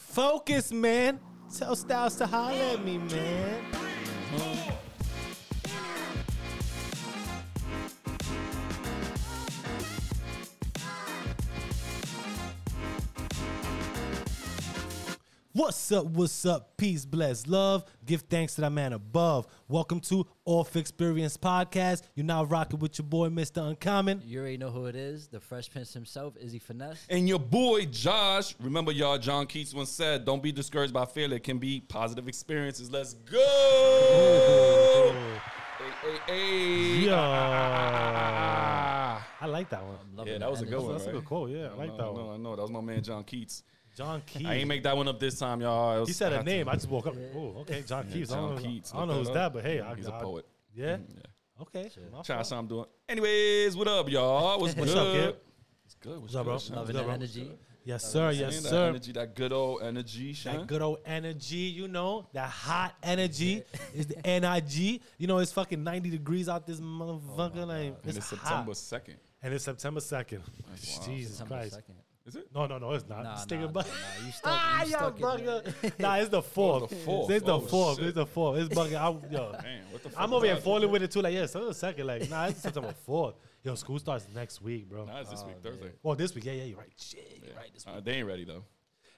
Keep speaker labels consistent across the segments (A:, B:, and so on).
A: Focus, man. Tell Styles to holler at me, man. What's up? What's up? Peace, bless, love. Give thanks to that man above. Welcome to Off Experience Podcast. You're now rocking with your boy, Mr. Uncommon.
B: You already know who it is. The Fresh Prince himself, Izzy Finesse.
C: And your boy Josh, remember y'all, John Keats once said, don't be discouraged by failure. It can be positive experiences. Let's go. Hey, hey, hey.
A: Yo.
C: Ah.
A: I like that one.
B: Love
C: Yeah,
B: it.
C: that was a
B: And
C: good
B: it's-
C: one.
A: That's a
C: right?
A: good quote. Yeah, I like
C: No,
A: that
C: no,
A: one.
C: I know. That was my man John Keats.
A: John Keys.
C: I ain't make that one up this time, y'all. It
A: He
C: was-
A: said
C: I
A: a
C: had to-
A: name. I just woke up. Oh, okay, John Keats. I
C: John
A: don't know,
C: Keats.
A: I don't know
C: Look
A: who's
C: that
A: that,
C: up.
A: but hey, I,
C: He's a
A: I-
C: poet. Mm,
A: Yeah. Okay. my
C: Try
A: fault.
C: something I'm doing. Anyways, what up, y'all? What's
A: What's up,
C: good?
A: kid?
C: What's good? What's
A: up, bro?
C: good, Sean?
A: Love
B: Loving
A: Good,
B: that
A: bro.
B: energy.
A: Yes, sir. Yes,
C: Man, that
A: sir.
C: energy, that good old energy, Sean.
A: That good old energy, you know, that hot energy is the NIG. You know, it's fucking 90 degrees out this motherfucker. like, it's
C: Oh and it's September 2nd.
A: And it's September 2nd.
C: wild.
A: Jesus
B: September
A: Christ.
B: 2nd.
C: Is it?
A: No, no, no, it's not.
B: Nah,
A: It's
B: nah,
A: thinking
B: nah,
A: about-
B: nah, you stuck-
A: Ah,
B: you
A: yo,
B: stuck in
A: bugger. Nah, it's the fourth.
C: Oh, the fourth.
A: It's the
C: Oh,
A: fourth.
C: shit.
A: It's the fourth. It's bugging. I'm, yo.
C: Man, what the fuck?
A: I'm over here
C: Nah,
A: falling with it too. Like, yeah, September 2nd. Like, nah, it's September 4th. Yo, school starts next week, bro.
C: Nah, it's this week, Thursday.
A: Well, this week. Yeah, yeah, you're right. Shit, you're Oh, right. This
C: Uh, they ain't ready, though.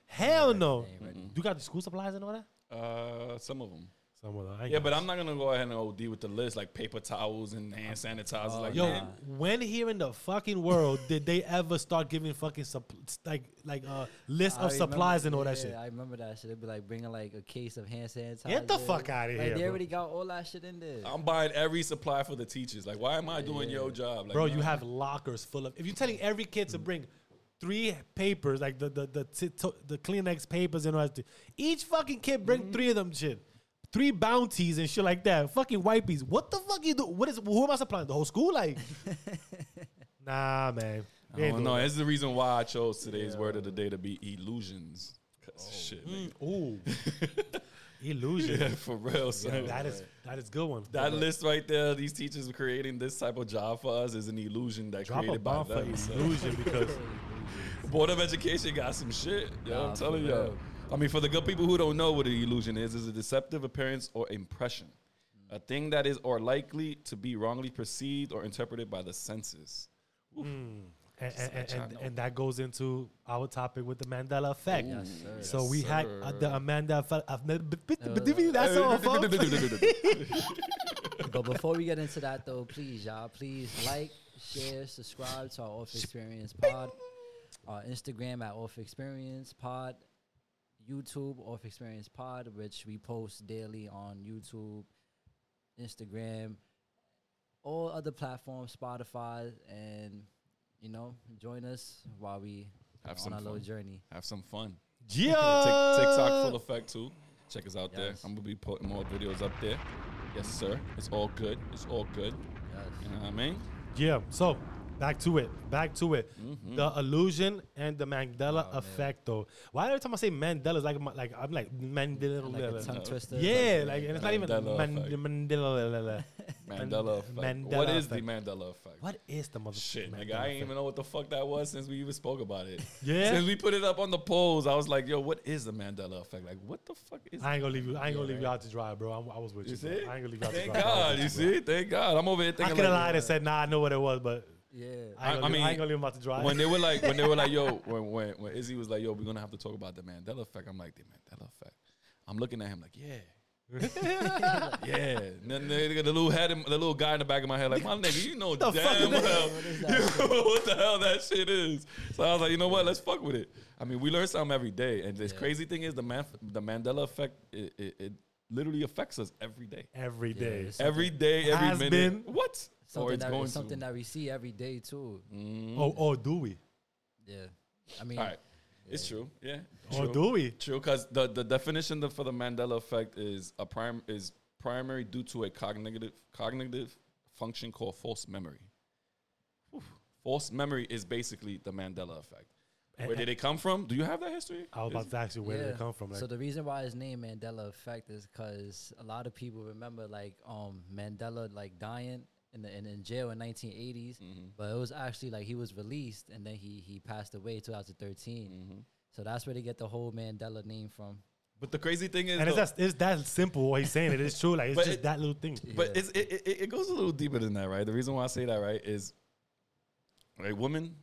A: Hell no.
B: ain't ready.
A: You got the school supplies and all that?
C: Uh, some of them.
A: Some of them. I ain't
C: Yeah,
A: got
C: but I'm not gonna go ahead and OD with the list like paper towels and hand sanitizer. like,
A: Yo,
C: man,
A: when here in the fucking world did they ever start giving fucking supp- like like uh list
B: I
A: of
B: remember-
A: supplies and all that
B: yeah,
A: shit?
B: I remember that shit. They'd be like bringing like a case of hand sanitizer.
A: Get the fuck outta
B: Like,
A: here,
B: They
A: bro.
B: already got all that shit in there.
C: I'm buying every supply for the teachers. Like, why am I doing your job, like,
A: Bro, you
C: nah.
A: have lockers full of. If you're telling every kid to bring three papers, like the the the t- to- the Kleenex papers and all that, shit, each fucking kid bring three of them shit, three bounties and shit like that. Fucking wipes. What the fuck you do? What is? Who am I supplying? The whole school? Like, nah, man. We
C: I
A: ain't
C: don't
A: doing
C: know.
A: that.
C: It's the reason why I chose today's word of the day to be illusions. 'Cause
A: Oh,
C: shit,
A: mm.
C: nigga.
A: Ooh, illusion.
C: Yeah, for real, son.
A: That is that is good one.
C: that list right there, these teachers creating this type of job for us is an illusion that
A: Drop a
C: created by
A: bomb for
C: them. so.
A: illusion because
C: Board of Education got some shit. Yo,
B: Nah,
C: I'm
B: for
C: telling y'all.
B: real.
C: I mean, for the good people who don't know what an illusion is, is a deceptive appearance or impression, a thing that is or likely to be wrongly perceived or interpreted by the senses.
A: and, and, and, and, and that goes into our topic with the Mandela effect.
B: Yes, sir.
A: So we had uh, the Amanda effect. I've never, but- but- but-
B: Uh,
A: that's all, folks.
C: Yo,
B: but before we get into that though, please, y'all, please like, share, subscribe to our Off Experience Pod, our Instagram at Off Experience Pod, YouTube Off Experience Pod, which we post daily on YouTube, Instagram, all other platforms, Spotify, and you know, join us while we
C: Have
B: on
C: some
B: our little
C: fun.
B: journey.
C: Have some fun.
A: Yeah.
C: Tick- TikTok full effect too. Check us out there.
B: Yes.
C: I'm gonna be putting more videos up there. Yes, sir. It's all good. It's all good.
B: Yes.
C: You know what I mean?
A: Yeah. So back to it. Back to it.
C: Mm-hmm.
A: The illusion and the
C: Oh,
A: Mandela effect, though. Why every time I say Mandela, it's like my- like I'm like Mandela.
B: Like a tongue twister.
A: yeah, like and it's not even
C: Mandela
A: Man-
C: effect.
A: Mandela.
C: Mandela effect.
A: Mandela
C: what is
A: effect.
C: the Mandela effect?
A: What is the motherfucker?
C: Shit, nigga, I didn't even know what the fuck that was since we even spoke about it.
A: Yeah?
C: Since we put it up on the polls, I was like, yo, what is the Mandela effect? Like, what the fuck is
A: I ain't gonna leave you. I ain't gonna leave you out to dry, bro. I'm, I was with you.
C: You
A: bro.
C: see?
A: I ain't gonna leave you out to
C: Thank
A: dry. I was
C: God,
A: with
C: you
A: you, bro.
C: see? Thank God. I'm over here
A: I
C: thinking
A: could have
C: like,
A: lied and said, "Nah, I know what it was," but
B: Yeah.
A: I, ain't gonna
C: I- I
A: leave, I
C: mean,
A: ain't gonna leave him out to dry.
C: when they were like, when they were like, yo, when, when, when Izzy was like, yo, we're gonna have to talk about the Mandela effect. I'm like, the Mandela effect. I'm looking at him like, yeah. yeah, and then they got the little head, in, the little guy in the back of my head, like my nigga, you know
A: The fuck
C: damn
A: is that?
C: well what the hell that shit is. So I was like, you know what, let's fuck with it. I mean, we learn something every day, and this crazy thing is the man, the Mandela effect, it, it, it literally affects us every day,
A: every day.
B: it's-
C: every day, every
A: Has
C: minute.
A: been.
C: What?
B: Something, that,
C: going
B: something
C: to.
B: that we see every day too.
C: Mm.
A: Oh, oh, do we?
B: Yeah. I mean,
C: All right, it's true. Yeah,
A: Or
C: true.
A: Oh, do we?
C: True, because the, the definition the- for the Mandela effect is a prime is primary due to a cognitive cognitive function called false memory. Whew. False memory is basically the Mandela effect. Where did it come from? Do you have that history?
A: Eh, I was about to ask you where did
B: Yeah.
A: it come from? Like,
B: so the reason why his name Mandela effect is because a lot of people remember like um Mandela like dying in the in, in jail in
C: Mm-hmm.
B: 1980s, but it was actually like he was released and then he he passed away in 2013. So that's where they get the whole Mandela name from.
C: Mm-hmm. But the crazy thing is,
A: And it's
C: though-
A: that, it's that simple what he's saying. It is true. Like, it's
C: But
A: just
C: it-
A: that little thing.
C: But
B: Yeah.
C: it's, it, it- it, it goes a little deeper than that, right? The reason why I say that, right, is a woman,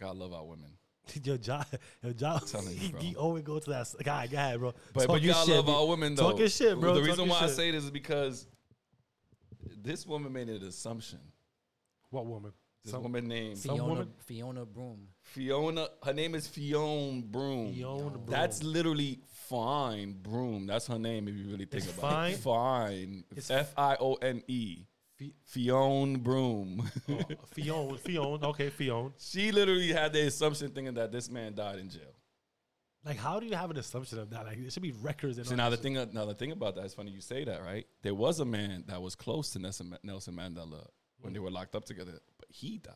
C: God love our women.
A: Your job, your job.
C: telling you, bro.
A: He always go to that s- guy. Go ahead, bro.
C: But,
A: Talk
C: but
A: your
C: y'all
A: shit,
C: love
A: B.
C: our women, though.
A: Talk your shit, bro.
C: The
A: Talk
C: reason
A: your
C: why I
A: shit.
C: say this is because this woman made an assumption.
A: what woman?
C: This
A: Some-
C: woman named
A: Some
B: Fiona
A: woman-
B: Fiona Broom.
C: Fiona. Her name is Fiona Broom.
A: Fiona Broom.
C: That's literally Fine Broom. That's her name if you really think
A: It's
C: about it. Fine.
A: It's
C: F I O N E.
A: Fi-
C: Fiona Broom.
A: Oh, Fiona. Fiona. Okay, Fiona.
C: she literally had the assumption thinking that this man died in jail.
A: Like, how do you have an assumption of that? Like, there should be records and
C: So
A: all
C: now
A: that
C: the thing, uh, now the thing about that is funny. You say that, right? There was a man that was close to Nelson, Ma- Nelson Mandela when
A: Mm.
C: they were locked up together, but he died.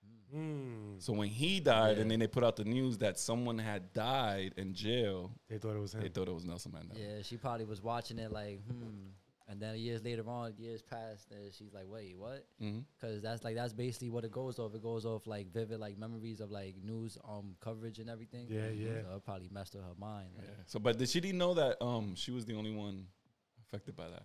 A: shit. Mm,
C: So when he died, and then they put out the news that someone had died in jail,
A: they thought it was him.
C: they thought it was Nelson Mandela.
B: Yeah, she probably was watching it like, hmm. And then years later on, years passed, and she's like, wait, what?
C: Mm-hmm.
B: Because that's like that's basically what it goes off. It goes off like vivid like memories of like news um coverage and everything.
A: Yeah, yeah.
B: So it probably messed with her mind. like,
C: Yeah. So, but did she didn't know that um she was the only one affected by that.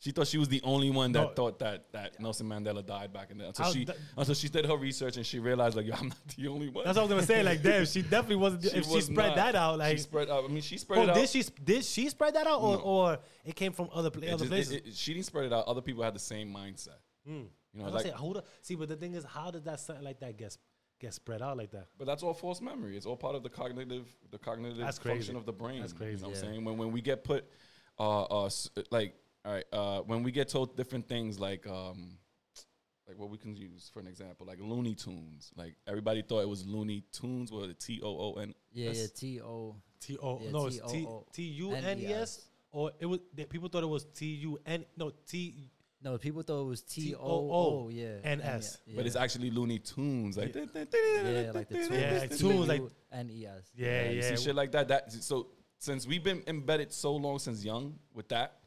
C: She thought she was the only one that
A: No.
C: thought that that Nelson Mandela died back in the until
A: How-
C: she
A: that-
C: until she did her research and she realized like yo, I'm not the only one.
A: That's what I was gonna say. Like, damn, she definitely wasn't. if
C: was
A: she spread
C: not.
A: that out, like,
C: she spread out. I mean, she spread
A: oh,
C: it out.
A: did she sp- did she spread that out, or,
C: No.
A: or it came from other pla-
C: It
A: other
C: just- it-
A: places?
C: it- she didn't spread it out. Other people had the same mindset.
B: Hmm.
C: You know,
A: I was
C: like,
A: gonna say, hold up. See, but the thing is, how did that something like that get get spread out like that?
C: but that's all false memory. It's all part of the cognitive, the cognitive
A: That's crazy.
C: function of the brain.
A: That's crazy.
C: You know what
B: Yeah.
C: I'm saying? When when we get put, uh, uh, s- like, all right, uh, when we get told different things, like, um, like what we can use for an example, like Looney Tunes. Like everybody thought it was Looney Tunes, or the T O O N.
B: Yeah, yeah.
C: S-
B: T O.
A: T O
B: Yeah,
A: no, it's T
B: T-O-O-
A: T U N E S,
B: N-E-S.
A: or it was that people thought it was T U N no T.
B: No, people thought it was T O
A: T-O-O
B: O. Yeah.
A: and
B: yeah,
A: S.
B: Yeah.
C: But it's actually Looney Tunes. Like,
B: yeah, like the E
A: Yeah,
B: tunes,
A: like
B: the
A: tunes, like-
B: T-U-N-E-S.
A: Yeah, yeah.
C: you see shit like that. That so since we've been embedded so long since young with that,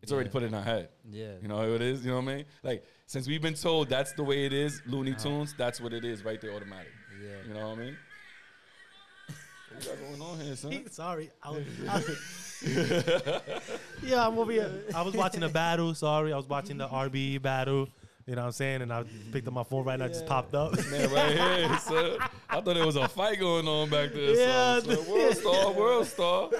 C: it's already
B: Yeah.
C: put in our head.
B: Yeah.
C: You know how it is? You know what I mean? Like, since we've been told that's the way it is, Looney Tunes, that's what it is right there automatic.
B: Uh-huh. Yeah.
C: You know what I mean? What you got going on here, son?
A: sorry, I was, I yeah, I'm over here. I was watching the battle. Sorry, I was watching the RBE battle. You know what I'm saying? And I picked up my phone right now. It just popped up.
C: Man, right here, son. I thought there was a fight going on back there.
A: Yeah,
C: Yeah, son. It's like, world star, world star.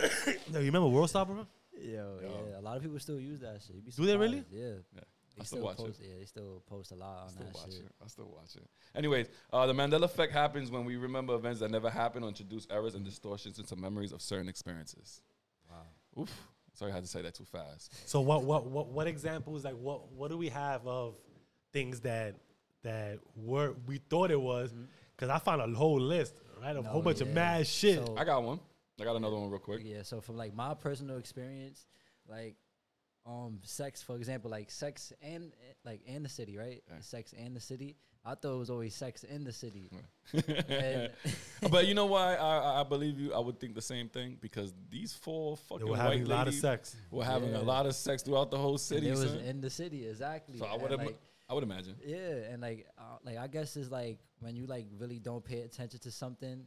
A: Yo, you remember World Star, bro?
B: Yo,
C: Yo.
B: yeah, a lot of people still use that shit. You'd be
A: Do they really?
B: surprised, Yeah. They
C: I still watch it.
B: post, Yeah, they still post a lot on
C: still
B: that
C: watch
B: shit.
C: it. I still watch it. Anyways, uh, the Mandela effect happens when we remember events that never happened or introduce errors and distortions into memories of certain experiences. Wow. Oof. Sorry, I had to say that too fast.
A: So what what what what examples like what what do we have of things that that were we thought it was? Because I found a whole list, right, of a whole
B: Mm-hmm. No,
A: bunch of
B: yeah.
A: mad shit.
B: So-
C: I got one. I got another one real quick.
B: Yeah, so from like my personal experience, like um sex, for example, like sex and eh, like and the city, right? Sex and the city. I thought it was always sex in the city. and
C: but you know why I, I- I believe you? I would think the same thing because these four fucking
A: were
C: white
A: having a lot of
C: ladies
A: sex.
C: were having
B: Yeah.
C: a lot of sex throughout the whole
B: and
C: city.
B: it was
C: son.
B: in the city, exactly.
C: so I
B: And,
C: would
B: like,
C: I would imagine.
B: Yeah, and like, uh, like I guess it's like when you like really don't pay attention to something,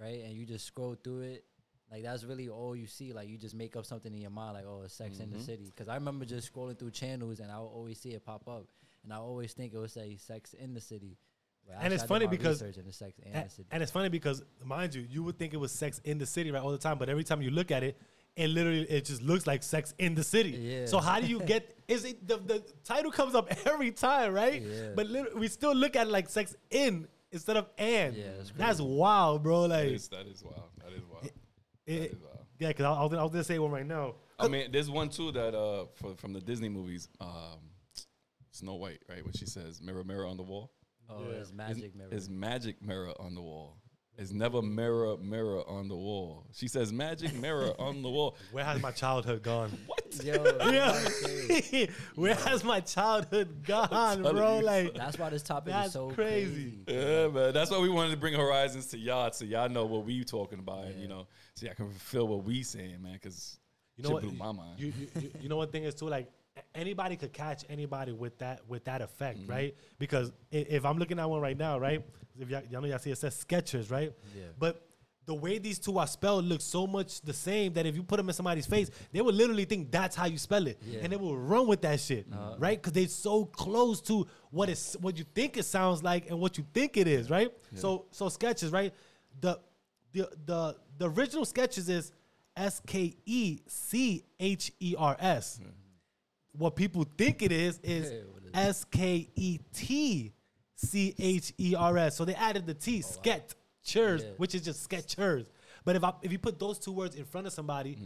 B: right? And you just scroll through it, like that's really all you see. Like you just make up something in your mind, like oh, it's Sex in the City. Because I remember just scrolling through channels, and I would always see it pop up, and I always think it would say Sex in the City. But
A: And it's
B: actually,
A: funny
B: I did my
A: because-
B: research and it's Sex and
A: And,
B: the City.
A: and it's funny because mind you, you would think it was sex in the city, right, all the time. But every time you look at it, it literally it just looks like sex in the city.
B: Yeah.
A: So how do you get? Is it the, the title comes up every time, right?
B: Yeah.
A: But lit- we still look at it like sex in instead of and.
B: Yeah, that's
A: that's wild, bro. Like
C: That is, that is wild. That is wild.
A: It,
C: is wild.
A: yeah, because I, I, was gonna- I was gonna say one right now.
C: I mean, there's one too that uh for, from the Disney movies, um, Snow White, right? When she says "Mirror, mirror on the wall,"
B: oh,
A: yeah.
B: it's magic mirror.
C: is magic mirror on the wall. It's never mirror, mirror on the wall. She says magic mirror on the wall.
A: Where has my childhood gone?
B: Yo,
A: yeah,
B: that's crazy.
A: where has my childhood gone,
C: telling
A: bro?
C: you.
A: Like
B: that's why this topic
A: That's
B: is so
A: crazy.
B: crazy.
C: Yeah, man. That's why we wanted to bring horizons to y'all, so y'all know what we talking about, and you know, so y'all can feel what we saying, man. Because
A: you know
C: shit
A: what?
C: blew my mind.
A: You, you, you, you know one thing is too like a- anybody could catch anybody with that with that effect, right? Because i- if I'm looking at one right now, right? If y'all, y'all know y'all see it says Skechers, right?
B: Yeah.
A: But the way these two are spelled looks so much the same that if you put them in somebody's face, they would literally think that's how you spell it,
B: Yeah. Uh-huh.
A: and they will run with that shit, right? Because they're so close to what is what you think it sounds like and what you think it is, right? So so sketches, right? The the the the original sketches is S K E C H E R S. What people think it is is
B: Mm-hmm. Yeah, what is it?
A: S K E T C H E R S. So they added the T, sketchers,
B: Oh, Yeah.
A: which is just sketchers. But if I, if you put those two words in front of somebody,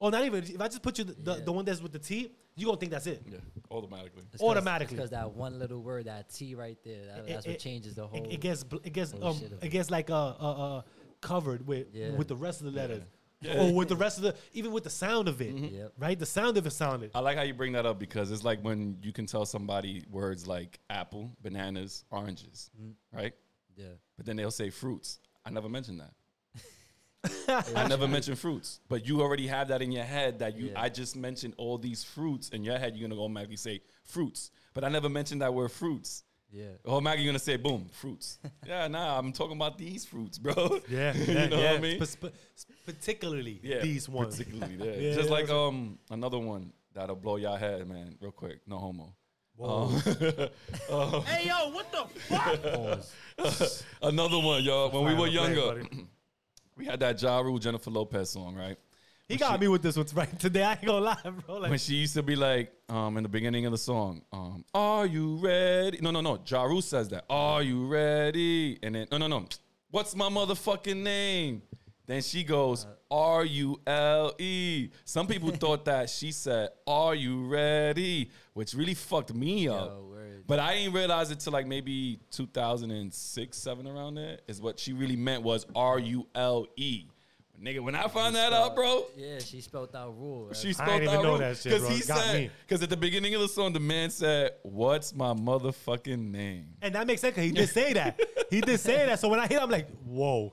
A: or not even if I just put you the, the,
B: Mm-hmm. Yeah.
A: the one that's with the T, you gonna think that's it.
C: Yeah, automatically.
A: Automatically.
B: because that one little word, that T right there, that, that's what
A: it-
B: changes the whole.
A: It, it gets bl- it gets
B: whole
A: um
B: shit of
A: it
B: it.
A: gets like uh uh, uh covered with
B: Yeah.
A: with the rest of the letters.
C: Yeah.
A: Or with the rest of the even with the sound of it.
B: Yep.
A: Right? The sound of it sounded.
C: I like how you bring that up because it's like when you can tell somebody words like apple, bananas, oranges,
A: Mm.
C: right?
B: yeah.
C: But then they'll say fruits. I never mentioned that. I never mentioned fruits, but you already have that in your head that you.
B: Yeah.
C: I just mentioned all these fruits in your head. You're gonna automatically say fruits, but I never mentioned that word fruits.
B: Yeah.
C: Automatically, you're gonna say boom fruits. yeah, nah, I'm talking about these fruits, bro.
A: Yeah,
C: you
A: yeah,
C: know
A: yeah.
C: what I mean.
A: Sp- sp- particularly
C: Yeah,
A: these ones.
C: particularly there.
A: Yeah,
C: Just
A: yeah,
C: like
A: that's right.
C: um another one that'll blow your head, man. Real quick, no homo.
D: Hey yo, what the fuck?
B: Pause.
C: Another one, y'all. When we
A: Fine,
C: were
A: I'm playing,
C: younger,
A: buddy.
C: we had that Ja Rule Jennifer Lopez song, right?
A: He got me with this one right today. I ain't gonna lie, bro. Like,
C: When she used to be like, um, in the beginning of the song, um, "Are you ready?" No, no, no. Ja Rule says that. "Are you ready?" And then, no, no, no. What's my motherfucking name? Then she goes, "R U L E." Some people thought that she said, "Are you ready?" which really fucked me up.
B: Yo, word.
C: But I didn't realize it till like maybe 2006, 7 around there is what she really meant was R U L E. Nigga, when I found that out, bro,
B: Yeah, she spelled out rule. right?
C: she
A: I
C: spelled
A: ain't even
C: out
A: know
C: wrong.
A: that shit, bro.
C: he
A: Got me.
C: said, because at the beginning of the song, the man said, What's my motherfucking name?
A: and that makes sense. 'cause He did say that. he did say that. So when I hit, I'm like, whoa,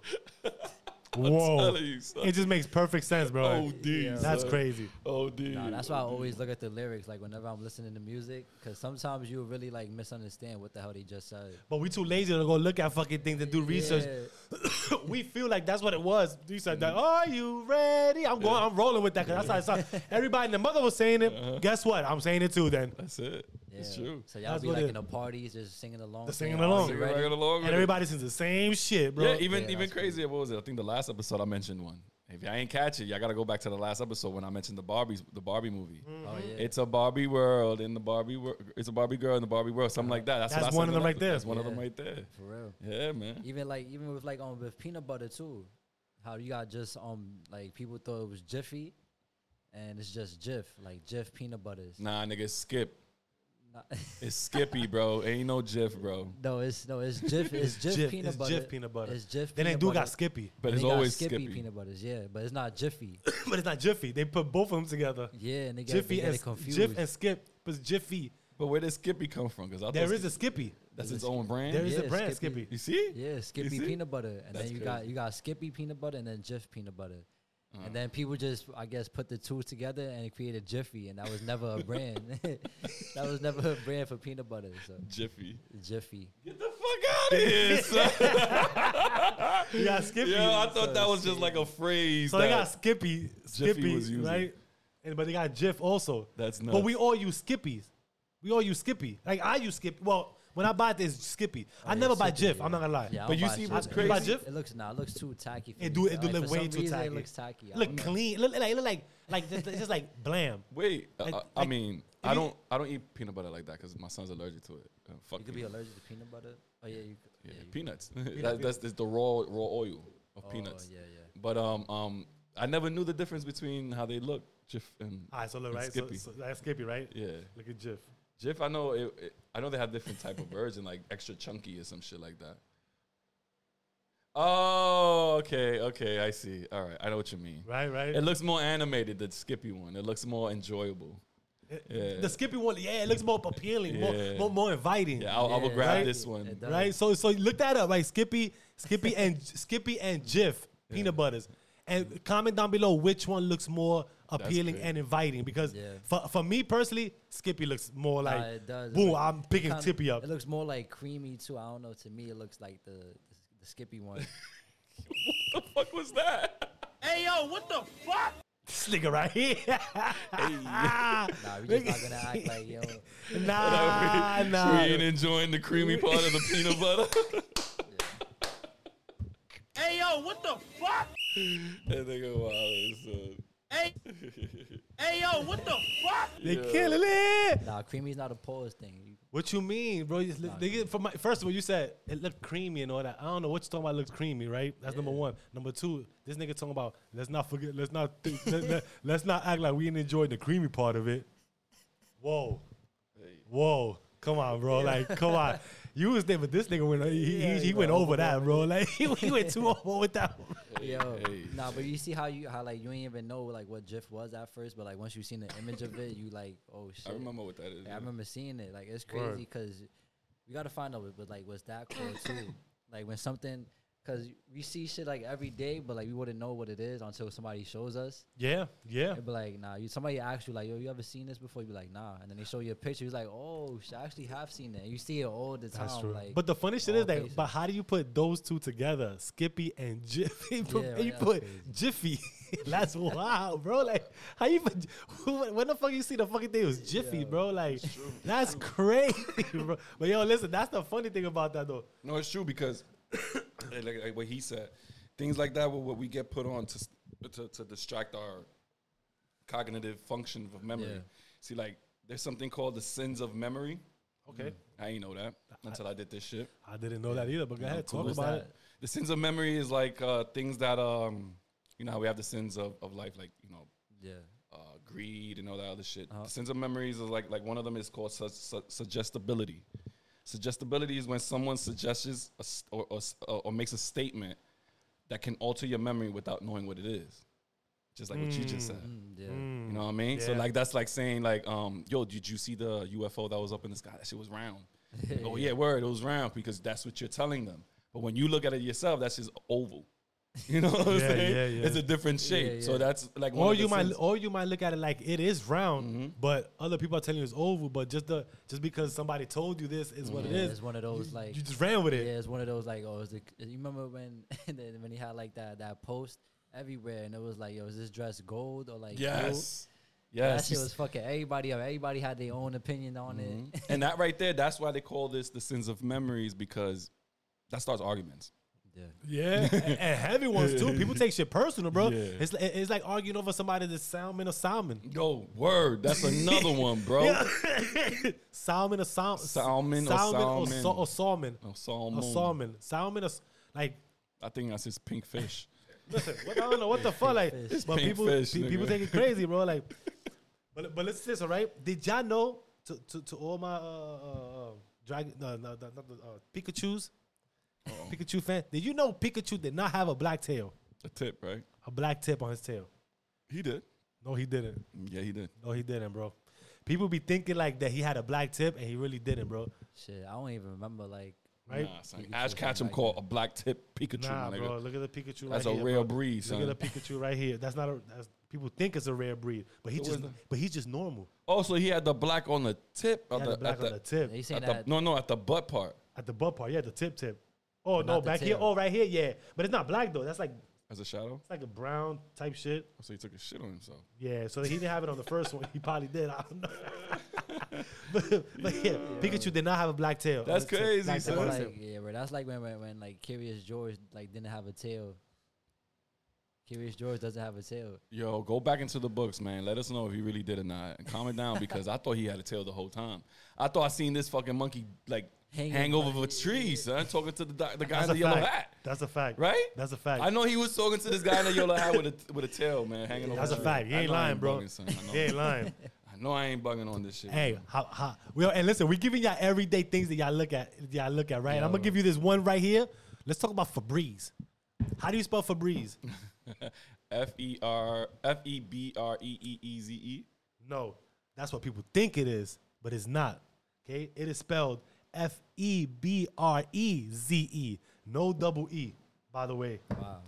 A: whoa.
C: telling you, son.
A: it just makes perfect sense, bro.
C: Oh, D.
B: Yeah.
A: That's
C: son.
A: crazy.
C: Oh, D.
B: No, that's why I always look at the lyrics, like whenever I'm listening to music, because sometimes you really like misunderstand what the hell they just said.
A: But we too lazy to go look at fucking things and do research.
B: Yeah.
A: we feel like that's what it was. He said that. Are you ready? I'm going. I'm rolling with that because that's how it sounds. Everybody and the mother was saying it.
C: Uh-huh.
A: Guess what? I'm saying it too. Then
C: That's it. It's
B: Yeah.
C: true.
B: So y'all
A: That's
B: be
A: what
B: like
A: it-
B: in the parties, just singing along.
A: Just singing
B: saying, "Are
A: along.
B: you
C: Singing
B: ready?"
C: right along with
A: and
C: it.
A: everybody sings the same shit, bro.
C: Yeah, even
B: Yeah,
C: even
B: that's
C: crazier. What was it? I think the last episode I mentioned one. If I ain't catch it, y'all gotta go back to the last episode when I mentioned the Barbies, the Barbie movie.
B: Oh yeah.
C: It's a Barbie world in the Barbie world. It's a Barbie girl in the Barbie world. Something like that. That's,
A: That's
C: what I said
A: one of
C: in the
A: them right
C: last-
A: there.
C: That's one of
B: Yeah.
C: them right there.
B: For real.
C: Yeah, man.
B: Even like even with like um with peanut butter too, how you got just um like people thought it was Jiffy, and it's just Jif like Jif peanut butters.
C: Nah, nigga, it's skip.
B: Nah.
C: It's Skippy, bro. Ain't no Jif, bro.
B: no, it's no, it's Jif, it's Jif,
A: Jif,
B: peanut
A: it's
B: butter.
A: Jif peanut butter.
B: It's
A: Then
B: Jif.
A: they
B: peanut
A: do
B: butter.
A: got Skippy,
C: But
B: They
C: it's
B: got
C: always
B: Skippy,
C: Skippy.
B: peanut butters, yeah, but it's not Jiffy.
A: but it's not Jiffy. They put both of them together.
B: Yeah, and they get,
A: Jiffy
B: they get
A: and
B: it confused.
A: Jiff and Skip, but Jiffy.
C: But where does Skippy come from? Because I thought
A: There is a
C: Skippy-
A: Skippy.
C: that's its own brand.
A: There is a
B: Yeah,
A: brand Skippy.
B: Skippy.
C: you see?
B: Yeah, Skippy
C: see?
B: peanut butter, and
C: That's
B: then you got
C: crazy.
B: you got Skippy peanut butter, and then Jif peanut butter,
A: Mm.
B: and then people just I guess put the two together and it created Jiffy, and that was never a brand. that was never a brand for peanut butter. So
C: Jiffy.
B: Jiffy.
C: Get the fuck out of here, son.
A: You got Skippy.
C: Yo, I thought that was uh, just like a phrase.
A: so they got
C: that-
A: Skippy, Skippy,
C: was using.
A: right? And but they got Jiff also.
C: That's
A: But
C: nuts.
A: we all use Skippies. We all use Skippy. Like I use Skippy. Well, when I buy this Skippy,
C: Oh,
A: I never buy Jiff. I'm not gonna lie.
B: Yeah, I
C: But
B: don't
C: you
B: buy
C: see
B: Jif.
C: what's
B: It
A: crazy?
B: looks-
A: You buy Jif?
B: It looks nah, it looks too tacky. For
A: It
B: me.
A: do- it
B: Like,
A: do look
B: for
A: way
B: some
A: too
B: reason,
A: tacky.
B: It looks tacky. I
A: look
B: don't know.
A: clean. Look like look like like just, just like blam.
C: Wait, I,
A: Like-
C: I- I
A: like-
C: mean,
A: you-
C: I don't, I don't eat peanut butter like that because my son's allergic to it. Uh, fuck
B: you could be allergic to peanut butter. Oh yeah, you. could-
C: Yeah,
B: yeah, you-
C: peanuts. that, that's, that's the raw, raw oil of
B: oh,
C: peanuts.
B: Yeah, yeah.
C: But um, um, I never knew the difference between how they look, Jif and
A: Ah, All right, so look
C: And
A: right. So,
C: Skippy.
A: so that's Skippy, right?
C: yeah,
A: Look at Jiff.
C: Jif. I know, it, it- I know they have different type of version, like extra chunky or some shit like that. Oh, okay, okay, I see. All right, I know what you mean.
A: Right, right.
C: It looks more animated than Skippy one. It looks more enjoyable. Yeah,
A: The Skippy one, yeah, it looks more appealing, more,
C: Yeah.
A: more more inviting.
C: yeah, I'll, I will
B: Yeah,
C: grab
A: right.
C: this
B: It
C: one.
B: does.
A: right? So so look that up, right? Skippy, Skippy and Skippy and Jif peanut butters, and comment down below which one looks more appealing
C: great.
A: and inviting. Because
B: Yeah.
A: for, for me personally, Skippy looks more like
B: it does. It
A: boom.
B: looks-
A: I'm picking
B: kinda-
A: Skippy up.
B: It looks more like creamy too. I don't know. To me, it looks like the the, Skippy one.
C: what the fuck was that?
D: Hey, yo, what the fuck?
A: This nigga right here.
B: Nah, we just not gonna act like yo.
A: nah,
C: we,
A: nah.
C: ain't enjoying the creamy part of the peanut butter.
D: Hey, yo, what the fuck?
C: and they go, wow, it's, uh,
D: Hey, hey, yo, what the fuck?
A: They
C: Yeah.
A: killing it.
B: Nah, creamy's not a pause thing. You,
A: What you mean, bro? You- nigga, for my, first of all, you said it looked creamy and all that. I don't know what you talking about. Looks creamy, right? That's number one. Number two, this nigga talking about let's not forget, let's not think, let, us not act like we didn't enjoy the creamy part of it. Whoa, whoa, come on, bro! Like, come on. You was there, but this nigga went. He, he, he went over that, bro. Like he, went too over with that. One.
B: yo,
C: hey.
B: nah, but you see how you how like you ain't even know like what GIF was at first, but like once you seen the image of it, you like oh shit.
C: I remember what that is.
B: Like, I
C: yeah.
B: remember seeing it. Like it's
A: Word.
B: crazy because we gotta find out. But like, what's that called too? like when something, because we see shit like every day, but like we wouldn't know what it is until somebody shows us.
A: Yeah, yeah.
B: It'd be like, nah. You somebody asks you like, yo, you ever seen this before? You be like, nah. And then they show you a picture. You're like, oh, shit, I actually have seen that. You see it all the time.
A: That's true.
B: Um, Like,
A: but the funny shit
B: all
A: is that,
B: faces.
A: but how do you put those two together, Skippy and Jiffy? Bro,
B: Yeah,
A: you
B: right, that's
A: put
B: crazy.
A: Jiffy. that's wild, bro. Like, how you put, when the fuck you see the fucking thing was Jiffy, bro? Like, that's crazy, bro. But yo, listen, that's the funny thing about that though.
C: No, it's true because, like, like what he said, things like that were what we get put on to s- to, to distract our cognitive function of memory.
B: Yeah.
C: See, like, there's something called the sins of memory.
A: Okay,
C: I ain't know that until I did this shit.
A: Mm. I didn't know that either. But go ahead, talk
B: what's
A: about
B: that?
A: it.
C: The sins of memory is like uh, things that um, you know, how we have the sins of, of life, like you know,
B: Yeah.
C: uh, greed and all that other shit.
A: Uh-huh.
C: The Sense of memories is like like one of them is called su- su- suggestibility. Suggestibility is when someone suggests a s or, or, s- or or makes a statement that can alter your memory without knowing what it is. Just like what you just said.
B: Mm, Yeah.
C: You know what I mean? So
A: Mm-hmm. Yeah.
C: like that's like saying like, um, yo, did you see the UFO that was up in the sky? That shit was round. oh yeah, word, it was round because that's what you're telling them. But when you look at it yourself, that's just oval. You know what I'm
A: Yeah,
C: saying?
A: yeah, yeah.
C: It's a different shape. So
B: yeah.
C: that's like one
A: Or
C: of the
A: you might,
C: sins-
A: or you might look at it like it is round,
B: Mm-hmm.
A: but other people are telling you it's oval. But just the just because somebody told you this is what it
B: Yeah,
A: is,
B: it's one of those,
A: you-
B: like-
A: you just ran with
B: Yeah,
A: it.
B: it's one of those like, oh, is the, you remember when then when he had like that that post everywhere and it was like, yo, is this dress gold or like blue?
C: Yes.
B: That
C: Yes.
B: shit was fucking everybody up. Everybody had their own opinion on it.
C: and that right there, that's why they call this the sins of memories because that starts arguments.
B: yeah.
A: Yeah, and- and heavy ones too. People take shit personal, bro.
C: Yeah.
A: It's like, it's like arguing over somebody that's salmon or salmon,
C: Yo, word. That's another one, bro.
A: salmon or sal-
C: Salmon or
A: or,
C: salmon.
A: so- or salmon,
C: Oh, Salmon.
A: or salmon, salmon or s- like.
C: I think that's his pink fish.
A: Listen, what, I don't know what the fuck. Like, but
C: Pink
A: people
C: fish,
A: pe- people
C: nigga.
A: take it crazy, bro. Like, but but let's this, all right? Did y'all know to to, to all my uh, uh, uh, dragon, no, no, no, not the, uh, Pikachu's, Pikachu fan? Did you know Pikachu did not have a black tail,
C: A tip, right?
A: a black tip on his tail?
C: He did.
A: No, he didn't.
C: Yeah, he did.
A: No, he didn't, bro. People be thinking like that he had a black tip and he really didn't, bro.
B: Shit, I don't even remember like
A: Right?
C: Nah, son.
B: Pikachu
C: Ash
B: came
C: Ketchum
B: back
C: called a black tip Pikachu,
A: nah,
C: my nigga.
A: bro. Look at the Pikachu. right
C: That's a
A: here,
C: rare
A: bro.
C: breed, son.
A: Look at the Pikachu right here. That's not a. That's, people think it's a rare breed, but he
C: It
A: just.
C: wasn't.
A: But he's just normal.
C: Oh, so he had the black on the tip.
A: He
C: of
A: had the black
C: at
A: on the tip
B: they
C: at
B: saying
C: the-
B: that
C: no, no, at the butt part.
A: at the butt part. Yeah, the tip tip. Oh
B: But
A: no,
B: not the
A: back here.
B: tail.
A: Oh, right here. Yeah, but it's not black though. That's like it's
C: As a shadow?
A: like a brown type shit.
C: Oh, so he took a shit on himself.
A: Yeah, so he didn't have it on the first one. He probably did. I don't know. but, but yeah, Pikachu did not have a black tail.
C: That's
A: Uh, tip,
C: crazy,
A: black
C: son.
A: tip on
B: that's
A: his
B: like
A: tail.
B: yeah, bro. That's like when when, when like Curious George like didn't have a tail. Curious George doesn't have a tail.
C: Yo, go back into the books, man. Let us know if he really did or not. And comment down because I thought he had a tail the whole time. I thought I seen this fucking monkey like
B: Hanging
C: hang over
B: from-
C: a tree, son, talking to the, doc- the guy
A: That's
C: in the
A: a
C: yellow
A: fact.
C: hat.
A: That's a fact.
C: Right?
A: That's a fact.
C: I know he was talking to this guy in the yellow hat with a with a tail, man, hanging over.
A: That's a
C: tree.
A: fact. You
C: I
A: ain't
C: know I
A: lying, bro.
C: bugging, son. I know.
A: He ain't lying.
C: I know I ain't bugging on this shit.
A: Hey, how, how, well, and listen, we're giving y'all everyday things that y'all look at, y'all look at, right? And I'm gonna give you this one right here. Let's talk about Febreze. How do you spell Febreze?
C: F E R F E B R E E E Z E.
A: no, that's what people think it is, but it's not. Okay, it is spelled F E B R E Z E, no double E, by the way.
B: Wow.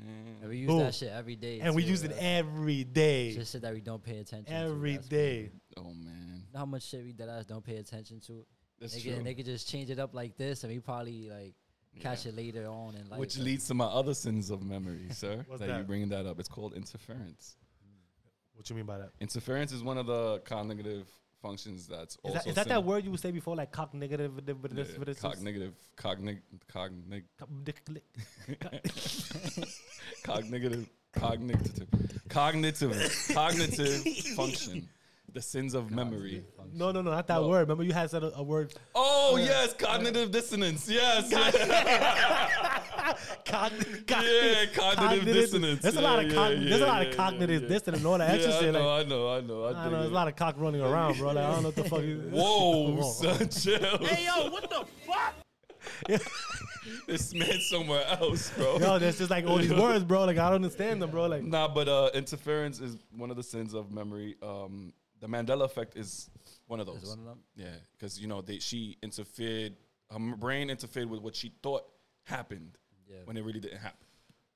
B: And we use
A: Boom.
B: that shit every day.
A: And we
B: too,
A: use it
B: bro.
A: every day,
B: Just shit that we don't pay attention to.
A: every
B: that's-
A: day.
C: Oh man,
B: you know how much shit we deadass don't pay attention to.
C: That's
B: they
C: true.
B: Could, they could just change it up like this, and we probably like catch it later on and like
C: Which leads to my other sins of memory, sir.
A: What's
C: that, you
A: that?
C: bringing that up. It's called interference.
A: What you mean by that?
C: Interference is one of the cognitive functions that's
A: Is
C: also
A: that, is that
C: sin-
A: that word you would say before, like cock negative?
C: Yeah, cognitive, cognitive, cognitive, cognitive, cognitive, cognitive, cognitive function. The sins of memory.
A: No, no, no, not that word. Remember, you had said a, a word,
C: Oh yes, cognitive dissonance. Yes. yes.
A: cognitive.
C: Yeah, cognitive dissonance.
A: There's a
C: Yeah,
A: lot of
C: yeah,
A: cogn-
C: yeah,
A: there's a lot
C: yeah,
A: of cognitive
C: yeah.
A: dissonance and all that extra
C: Yeah, I
A: shit.
C: know,
A: Like,
C: I know, I know, I
A: I
C: dig
A: don't know,
C: it.
A: there's a lot of cock running around, bro. Like, I don't know what the fuck. you-
C: Whoa,
A: Whoa.
C: son, chill.
D: Hey yo, what the fuck?
C: this man somewhere else, bro.
A: Yo, there's just like all these words, bro. Like I don't understand them, bro. Like
C: Nah, but uh, interference is one of the sins of memory. Um, the Mandela effect is one of those.
B: one of them?
C: Yeah, because you know they, she interfered. Her m- brain interfered with what she thought happened
B: Yeah.
C: when it really didn't happen.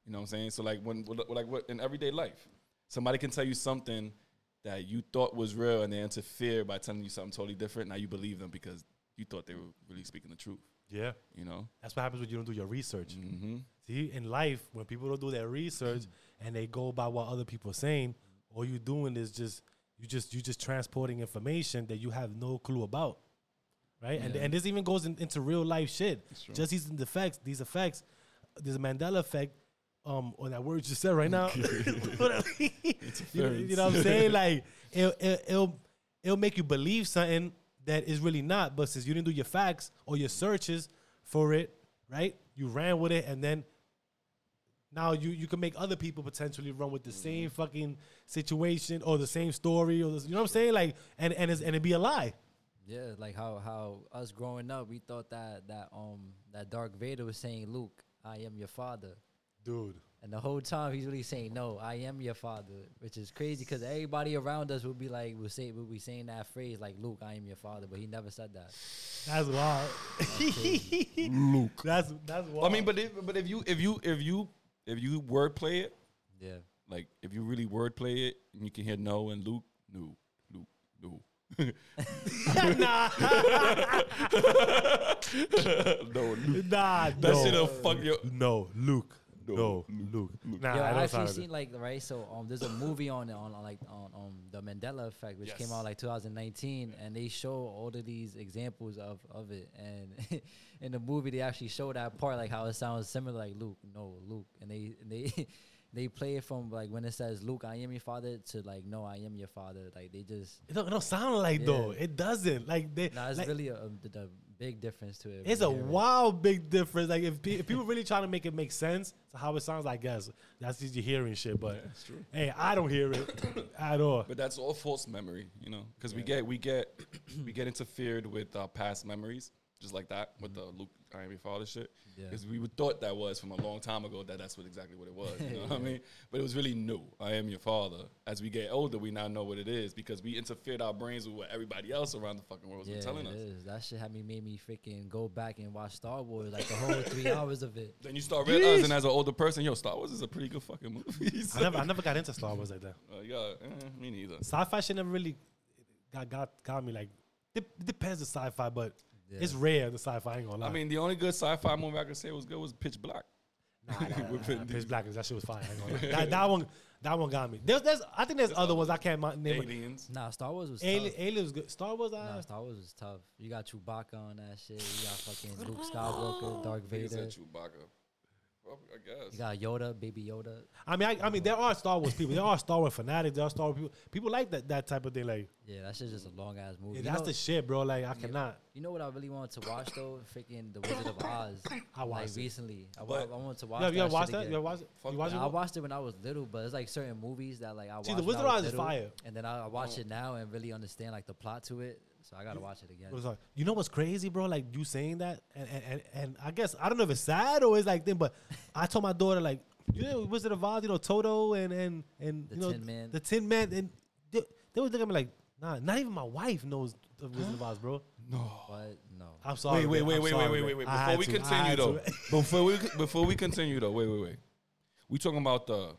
C: You know what I'm saying? So like when wh- like what in everyday life, somebody can tell you something that you thought was real, and they interfere by telling you something totally different. Now you believe them because you thought they were really speaking the truth.
A: yeah,
C: You know?
A: that's what happens when you don't do your research.
C: Mm-hmm.
A: See, in life, when people don't do their research
C: Mm.
A: and they go by what other people are saying, all you doing is just you just you just transporting information that you have no clue about, right? And and this even goes in, into real life shit. Just these effects, these effects, this Mandela effect. Um, or that word you said right now, you, you know what I'm saying? Like it'll, it'll it'll it'll make you believe something that is really not. But since you didn't do your facts or your searches for it, right? You ran with it, and then now you you can make other people potentially run with the same fucking situation or the same story or this, you know what I'm saying? Like and and it's, and it be a lie.
B: yeah, like how how us growing up, we thought that that um that Dark Vader was saying, "Luke, I am your father."
A: Dude.
B: And the whole time he's really saying, "No, I am your father," which is crazy because everybody around us would be like, "Would say, would be saying that phrase like, Luke, I am your father," but he never said that.
A: That's wild. Luke. That's that's
C: I
A: wild.
C: mean, but if, but if you if you if you if you wordplay it,
B: Yeah,
C: like if you really wordplay it, and you can hear no and Luke, no, Luke, no. no, Luke.
A: nah,
C: That
A: no.
C: shit'll fuck your.
A: No, Luke. No,
C: No,
A: Luke. Nah,
B: Yo,
A: I
B: I
A: don't
B: actually
A: sound
B: seen like right. So um, there's a movie on on, on like on um the Mandela Effect, which came out like 2019, and they show all of these examples of of it. And in the movie, they actually show that part, like how it sounds similar, like Luke, no Luke, and they and they they play it from like when it says Luke, I am your father, to like no, I am your father. Like they just
A: It don't, it don't sound like
B: Yeah.
A: though. It doesn't. Like they.
B: no, it's
A: like,
B: really a, a, the- the big difference to it.
A: It's
B: when
A: a
B: you hear it.
A: wild big difference. Like if, pe- if people really trying to make it make sense to how it sounds, I guess that's just you hearing shit. But hey, I don't hear it at all.
C: But that's all false memory, you know, because we get we get we get interfered with our past memories, just like that with the Luke, I am your father shit.
B: Mm-hmm. Yeah.
C: Because we would thought that was from a long time ago that that's what exactly what it was. You know what I mean? But it was really new. I am your father. As we get older, we now know what it is because we interfered our brains with what everybody else around the fucking world was
B: Yeah,
C: telling
B: it
C: us.
B: is. That shit had me made me freaking go back and watch Star Wars like the whole three hours of it.
C: Then you start realizing as an older person, yo, Star Wars is a pretty good fucking movie.
A: I
C: so,
A: never, I never got into Star Wars like that.
C: uh, yeah, eh, me neither.
A: Sci-fi shit never really got got, got me. Like it depends on sci-fi, but it's
B: Yeah.
A: rare the sci-fi. I ain't gonna lie.
C: I mean, the only good sci-fi movie I could say was good was Pitch Black. With Vin
A: Nah,
C: Diesel.
A: Pitch Uh, Black that shit was fine. I ain't gonna lie. that, that one, that one got me. There's, there's I think there's other ones I can't mi- name. Alien,
C: Aliens.
B: Nah, Star Wars was
A: Alien,
B: tough.
A: was good. Star Wars, I,
B: Nah, Star Wars was tough. You got Chewbacca on that shit. You got fucking Luke Skywalker, Dark
C: Niggas
B: Vader.
C: said Chewbacca. Well, I guess.
B: You got Yoda, Baby Yoda.
A: I mean, I, I mean, there are Star Wars people. There are Star Wars fanatics. There are Star Wars people. People like that that type of thing. Like
B: Yeah, that shit's just a long ass movie.
A: Yeah,
B: You
A: that's
B: know-
A: the shit, bro. Like I cannot.
B: You know what I really wanted to watch though? Freaking The Wizard of Oz.
A: I watched it.
B: like recently. I, wa-
C: But-
B: I wanted to
A: You
B: watch.
A: ever,
B: that
A: you ever
B: shit
A: watched that?
B: again.
A: You ever watched it?
C: Fuck
A: you watched
B: Nah, I
A: it?
B: watched it when I was little, but it's like certain movies that like I watched.
A: See, The
B: when I
A: Wizard of
B: was
A: Oz is
B: little,
A: fire.
B: And then I, I watch it now and really understand like the plot to it. So I gotta watch it again.
A: It was like- You know what's crazy, bro? Like you saying that, and and, and, and I guess I don't know if it's sad or it's like thing, but I told my daughter like, you know, Wizard of Oz, you know, Toto and and and
B: The
A: you know,
B: Tin Man.
A: the Tin Man, and they, they was looking at me like, nah, not even my wife knows the Wizard of Oz, bro.
B: But no.
A: I'm sorry.
C: Wait,
A: man.
C: wait, wait,
A: I'm
C: wait,
A: sorry,
C: wait, wait,
A: man.
C: wait, wait.
A: I had
C: Before we
A: to. I had
C: continue though,
A: to.
C: before we before we continue though, wait, wait, wait. We talking about the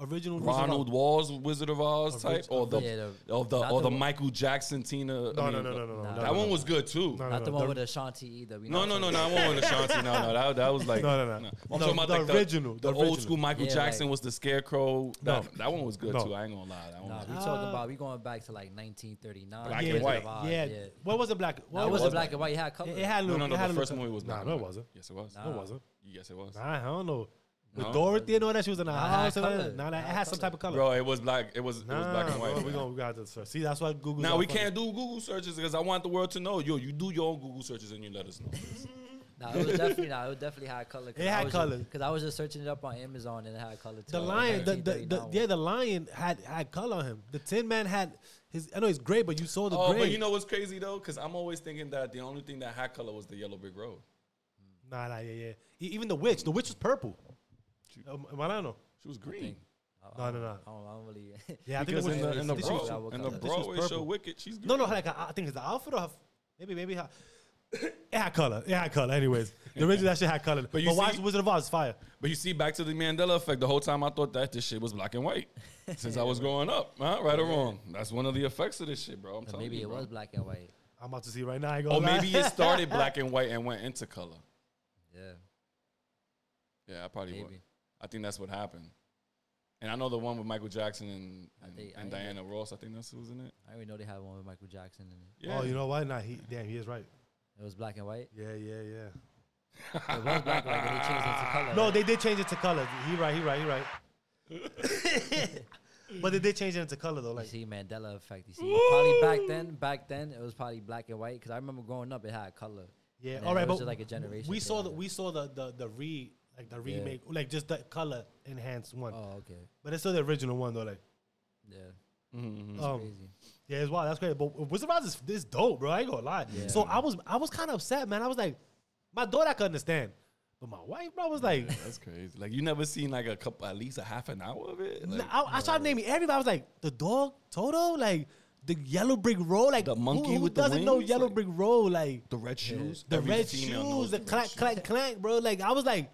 A: original Wizard of-
C: Ronald Walls Wizard of Oz type, or the,
B: Yeah, the-
C: or the
B: not
C: or
B: the
C: the
B: one-
C: Michael Jackson Tina.
A: No, no, no, no, no, no.
C: That one was good too. No,
B: Not
A: no,
B: the one
A: the-
B: with Ashanti either. We
C: no,
B: know
C: no, no. I won't with Ashanti. No, no. That, that was like
A: No, no, no.
C: I'm
A: No,
C: talking about
A: the
C: like
A: original,
C: the,
A: the
C: old
A: original.
C: school Michael
B: Yeah,
C: Jackson
B: like-
C: was the Scarecrow. That,
A: No.
C: that one was good
A: No.
C: too. I ain't gonna lie. That one
B: Nah,
C: was
B: we
C: good.
B: talking about we going back to like 1939.
C: Black
B: Wizard
C: and
B: of
C: white.
B: Oz,
A: Yeah.
B: yeah.
A: What was it black? What
B: That was
A: it
B: not black and white. Ah. It had color.
A: It, it had a
C: No,
A: little.
C: no,
A: it
C: no.
A: had a
C: The
A: little
C: first
A: color.
C: movie was
A: Nah,
C: black.
A: no, it
C: and white.
A: wasn't.
C: Yes, it was.
A: No, it wasn't.
C: Yes, it was.
A: Nah, I don't know. With
C: No.
A: Dorothy and all that, she was in a
B: Nah,
A: house. And
B: it had
A: all
B: color.
A: that. Nah, that
B: It
A: it
B: had
A: has some type of color.
C: Bro, it was black. It was it was
A: nah,
C: black and white.
A: Bro, we
C: man.
A: gonna we got to search. See, that's why Google.
C: Now we can't do Google searches because I want the world to know. Yo, you do your own Google searches and you let us know.
B: Nah, it was definitely nah, it definitely had color.
A: It had color.
B: Because I was just searching it up on Amazon and it had color too.
A: The lion, the, the, the
B: 1939
A: yeah, the lion had had color on him. The Tin Man had his. I know he's gray, but you saw the
C: oh,
A: gray.
C: but you know what's crazy though? Because I'm always thinking that the only thing that had color was the yellow brick road.
A: nah, nah, yeah, yeah. E- even the witch, the witch was purple. Um, Marano.
C: She was green.
A: No, no, no.
B: I don't, I don't really.
A: Yeah, I think it
C: Because
A: was
C: in the, in the,
A: I think she
B: bro-
A: was-
C: Broadway, in the
B: This was
C: Broadway show
A: purple.
C: Wicked, she's green.
A: No, no, like I, I think it's the outfit or her, maybe maybe her. It had color. It had color. Anyways, the original that shit had color. But,
C: you
A: you but why
C: see-
A: is Wizard of Oz fire?
C: But you see, back to the Mandela effect. The whole time I thought that this shit was black and white since I was growing up. Huh? Right or wrong? That's one of the effects of this shit, bro. I'm telling
B: maybe
C: you,
B: it
C: bro.
B: was black and white.
A: I'm about to see right now. I ain't
C: Or
A: gonna lie.
C: maybe it started black and white and went into color.
B: Yeah.
C: Yeah, I probably would.
B: Maybe.
C: I think that's what happened. And I know the one with Michael Jackson and, and,
B: think- I
C: and
B: ain't-
C: Diana Ross. I think that's who was in it.
B: I didn't even know they had one with Michael Jackson in it.
C: Yeah.
A: Oh, you know what? Nah, he damn, he is right.
B: It was black and white.
A: Yeah, yeah, yeah.
B: It was black and white, but they changed it to color.
A: No, they did change it to color. He right. He right. He right. but they did change it into color though.
B: You
A: Like
B: see Mandela effect. You see, probably back then, back then it was probably black and white because I remember growing up it had color.
A: yeah.
B: And
A: All
B: then
A: right,
B: it was
A: but
B: just like a generation.
A: we
B: thing,
A: saw
B: I
A: the
B: guess.
A: we saw the the the re like the
B: Yeah.
A: remake like just the color enhanced one.
B: Oh, okay.
A: But it's still the original one though. Like
B: Yeah,
A: um,
B: Mm. crazy.
A: Yeah, it's wild. That's crazy. But Wizard of Oz is this dope, bro. I ain't gonna lie. So I was I was kind of upset, man. I was like, my daughter I could understand, but my wife, bro, was like,
C: That's crazy. Like you never seen like a couple, at least a half an hour of it. Like,
A: I, I tried naming everybody. I was like, the dog Toto, like the yellow brick road, like
C: The
A: who-
C: monkey
A: who,
C: with the
A: doesn't know
C: wings,
A: yellow
C: like-
A: brick road, like
C: the red shoes.
A: the
C: Every
A: red
C: female knows
A: shoes, the
C: red
A: clack
C: shoes.
A: clack clack, bro. Like I was like,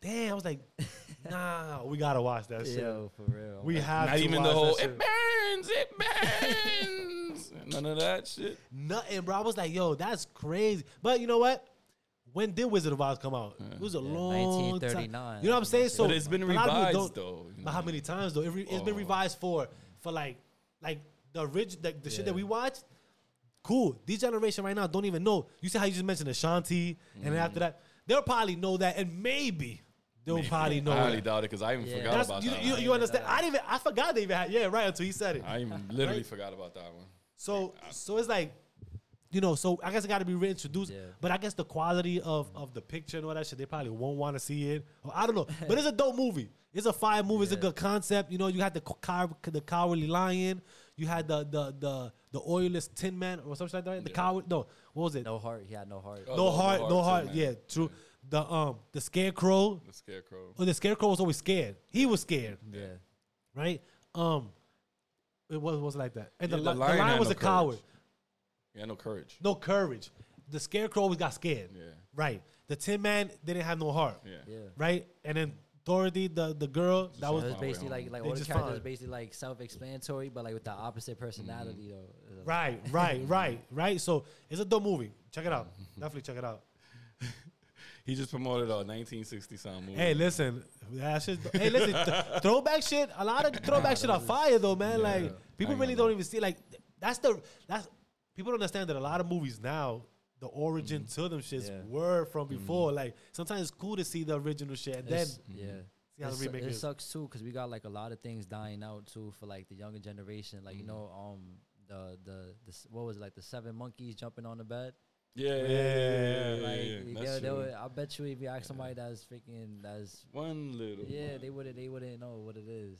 A: damn, I was like, nah, we gotta watch that shit.
B: Yo, for real.
A: We have
C: Not
A: to
C: even
A: watch
C: the
A: that
C: whole.
A: shit.
C: It burns. It burns. None of that shit.
A: nothing, bro. I was like, yo, that's crazy. But you know what? When did Wizard of Oz come out? It was a long time.
B: 1939.
A: You know what I'm saying? So
C: But it's been
A: a lot of people
C: revised,
A: don't-
C: though, you
A: But
C: know. Oh.
A: how many times though? It re- It's been revised for for like like the original the, the shit that
B: Yeah.
A: we watched. Cool. These generation right now don't even know. You see how you just mentioned Ashanti, and then after that, they'll probably know that, and maybe they'll probably know
C: I highly
A: that.
C: doubt it because I even
B: Yeah.
C: forgot
A: That's,
C: about
A: you,
C: that.
A: you,
C: one.
A: you understand? I didn't. Even, I forgot they even had. Yeah, right until he said it.
C: I even literally forgot about that one.
A: So so it's like, you know, so I guess it got to be reintroduced.
B: Yeah.
A: But I guess the quality of of the picture and all that shit, they probably won't want to see it. Or I don't know. But it's a dope movie. It's a fire movie. It's a
B: Yeah.
A: good concept. You know, you had the co- cow- the cowardly lion. You had the the the the oilless tin man or something like that. The
C: Yeah.
A: coward. No, what was it? No,
B: no heart. He had no heart.
C: Oh, the- the
A: heart. No
C: Tin
A: heart.
C: Man.
A: Yeah, true. The um the scarecrow.
C: The scarecrow.
A: Or the scarecrow was always scared. He was scared,
B: yeah.
A: right? Um, it was was like that. And
C: Yeah,
A: the,
C: the
A: li- the
C: lion
A: lion,
C: had
A: was
C: no
A: a coward.
C: courage. Yeah, no courage.
A: no courage. The scarecrow always got scared.
C: Yeah.
A: Right. The Tin Man didn't have no heart.
C: Yeah.
B: Yeah.
A: Right. And then Dorothy, the the girl, that
B: It
A: was
B: was
C: Far way
B: basically
C: home.
B: like like
A: They
B: all the
A: just
B: characters
A: fine.
B: basically like self-explanatory, but like with the opposite personality though.
A: right, right, right, right. So it's a dope movie. Check it out. Definitely check it out.
C: He just promoted a 1960 sound movie.
A: Hey, listen, that shit. Hey, listen, th- throwback shit. A lot of throwback shit are fire though, man. Like people
C: I
A: really
C: know.
A: don't even see. Like th- that's the that's people don't understand that a lot of movies now. The origin to them shits
B: Yeah.
A: were from before. Like sometimes it's cool to see the original shit and then
B: Mm-hmm. It's- yeah.
A: see how
B: it,
A: the
B: su-
A: remake
B: it
A: is.
B: sucks too because we got like a lot of things dying out too for like the younger generation. Like you know, um, the the, the s- what was it like the seven monkeys jumping on the bed.
C: yeah, yeah, yeah, yeah, yeah,
B: Like
C: yeah,
B: you
C: yeah.
B: know,
C: That's
B: they
C: true.
B: would- I bet you if you ask somebody that's freaking that's
C: One little.
B: yeah,
C: one.
B: they would they wouldn't know what it is.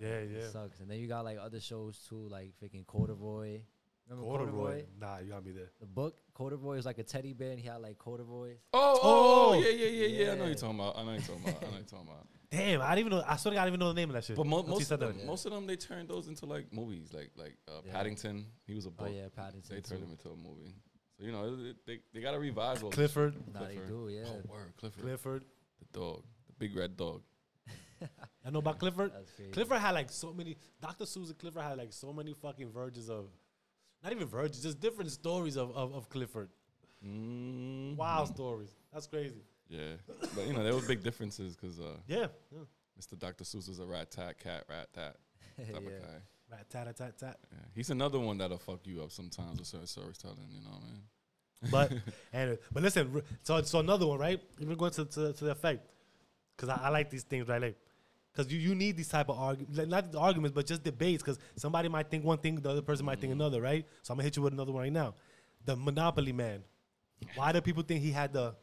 A: Yeah,
B: It sucks. And then you got like other shows too, like freaking Corduroy. Remember Corduroy?
A: Corduroy. Nah, you got me there.
B: The book Corduroy was like a teddy bear and he had like corduroys.
C: Oh, oh,
A: Oh.
C: yeah, yeah, yeah, yeah, I know
B: Yeah.
C: you're talking about. I know you're talking about. I know you're talking about.
A: Damn, I didn't even know. I swear to God, I didn't even know the name of that shit.
C: But mo-
A: Until you
C: most,
A: said
C: of
A: that.
C: them, most of them, they turned those into like movies, like like uh,
B: Yeah. Oh,
C: Paddington. He was a book.
B: yeah, Paddington
C: They turned
B: too.
C: him into a movie. So you know it- it- they they gotta revise what
A: Clifford,
B: Nah, they
C: Clifford.
B: do, yeah.
C: Oh, word, Clifford,
A: Clifford.
C: the dog, the big red dog.
A: I know about Clifford.
B: That's crazy.
A: Clifford had like so many. Dr. Susan Clifford had like so many fucking verges of, not even verges, just different stories of of, of Clifford.
C: Mm,
A: Wow, stories. That's crazy.
C: Yeah, but you know there were big differences because uh,
A: Yeah. yeah.
C: Mr. Dr. Seuss was a rat tat cat rat tat type of
B: Yeah.
C: guy.
A: Rat tat tat tat.
C: Yeah. He's another one that'll fuck you up sometimes with certain storytelling. You know what I mean?
A: But and but listen, r- so so another one, right? Even going to to, to the effect, because I, I like these things, right? Like, because you, you need these type of arguments, not the arguments, but just debates. Because somebody might think one thing, the other person might think
B: Mm-hmm.
A: another, right? So I'm gonna hit you with another one right now. The Monopoly man. Why do people think he had the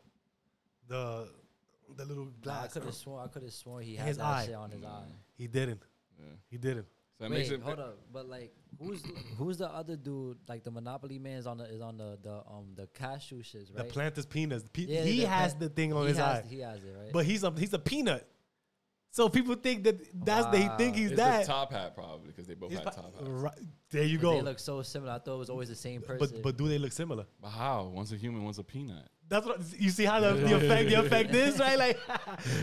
A: the the little
B: I
A: glass?
B: could have sworn I could have sworn he had
A: His
B: that
A: eye.
B: shit on his eye.
A: He didn't.
C: Yeah.
A: He didn't.
C: So that
B: Wait,
C: makes it.
B: hold up. But like, who's the, who's the other dude? Like the Monopoly man is on the is on the the um the cashew shits,
A: The
B: right?
A: plant is peanuts. Pe-
B: Yeah,
A: he
B: the
A: has
B: plant-
A: the thing on
B: he
A: his
B: has,
A: eye,
B: He has it, right?
A: but he's a he's a peanut. So people think that that's the he think
B: Wow.
A: he's
C: It's
A: that.
C: the top hat probably because they both
A: It's
C: had
A: pro-
C: top hats.
A: right, there you
B: But
A: go.
B: They look so similar. I thought it was always the same person.
A: but but do they look similar?
C: But how? One's a human, one's a peanut.
A: That's what you see how the, the effect the effect is right like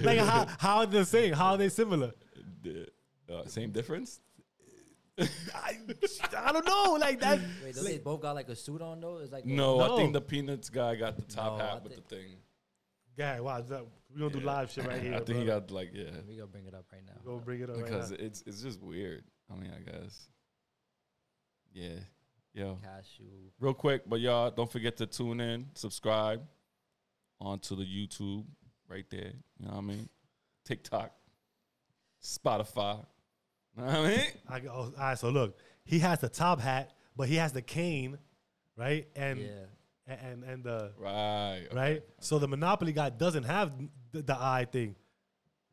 A: like how how they're saying how are they similar?
C: The- uh, same difference?
A: I, I don't know like that.
B: Wait, don't they both got like a suit on though? It's like a-
C: No, I think
A: No.
C: the peanuts guy got the top
B: No, I
C: hat with
B: think-
C: the thing.
A: Guy, wow, that, we gonna do
C: Yeah.
A: live shit right here.
C: I think he
A: brother.
C: got like yeah,
B: We gonna bring it up right now.
A: Go bring it up right
C: because
A: now.
C: it's it's just weird. I mean, I guess. Yeah, yo.
B: Cashew.
C: Real quick, but y'all don't forget to tune in, subscribe onto the YouTube right there. You know what I mean? TikTok, Spotify. You know what I mean?
A: I go, oh, all right, so look, he has the top hat, but he has the cane, right? And
B: Yeah.
A: and and, and the
C: Right. okay.
A: right. So the Monopoly guy doesn't have the, the eye thing.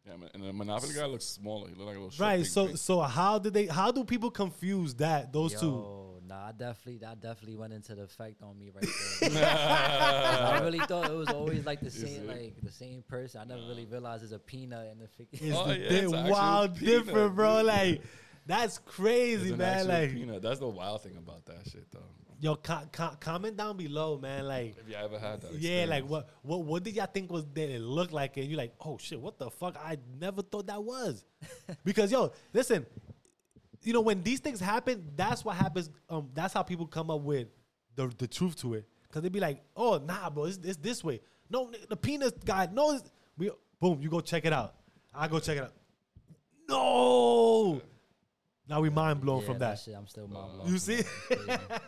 C: Yeah, man. and the Monopoly guy looks smaller. He look like a little short
A: Right.
C: big
A: So
C: thing.
A: so how did they? How do people confuse that? Those two.
B: Yo, nah, I definitely, that definitely went into the effect on me right there. I really thought it was always like the same, like the same person. I never really realized it's a peanut and the freaking.
A: It's
C: Oh,
A: the
C: yeah,
A: di-
C: it's an actual
A: wow,
C: peanut,
A: different, bro.
C: dude.
A: Like that's
C: It's
A: crazy,
C: an
A: man.
C: actual
A: Like
C: peanut. That's the wild thing about that shit, though.
A: yo, co- co- comment down below, man. Like
C: If you ever had that,
A: yeah, like
C: experience.
A: what what what did y'all think was that it looked like? And you're like, oh shit, what the fuck? I never thought that was. because yo, listen, you know when these things happen, that's what happens. Um, that's how people come up with the the truth to it. Cause they'd be like, oh nah, bro, it's, it's this way. No, n- the penis guy. No, it's- we boom. You go check it out. I go check it out. No. Now we mind blown
B: Yeah,
A: from that.
B: shit, I'm still mind blown
A: You
B: from
A: see?
B: that.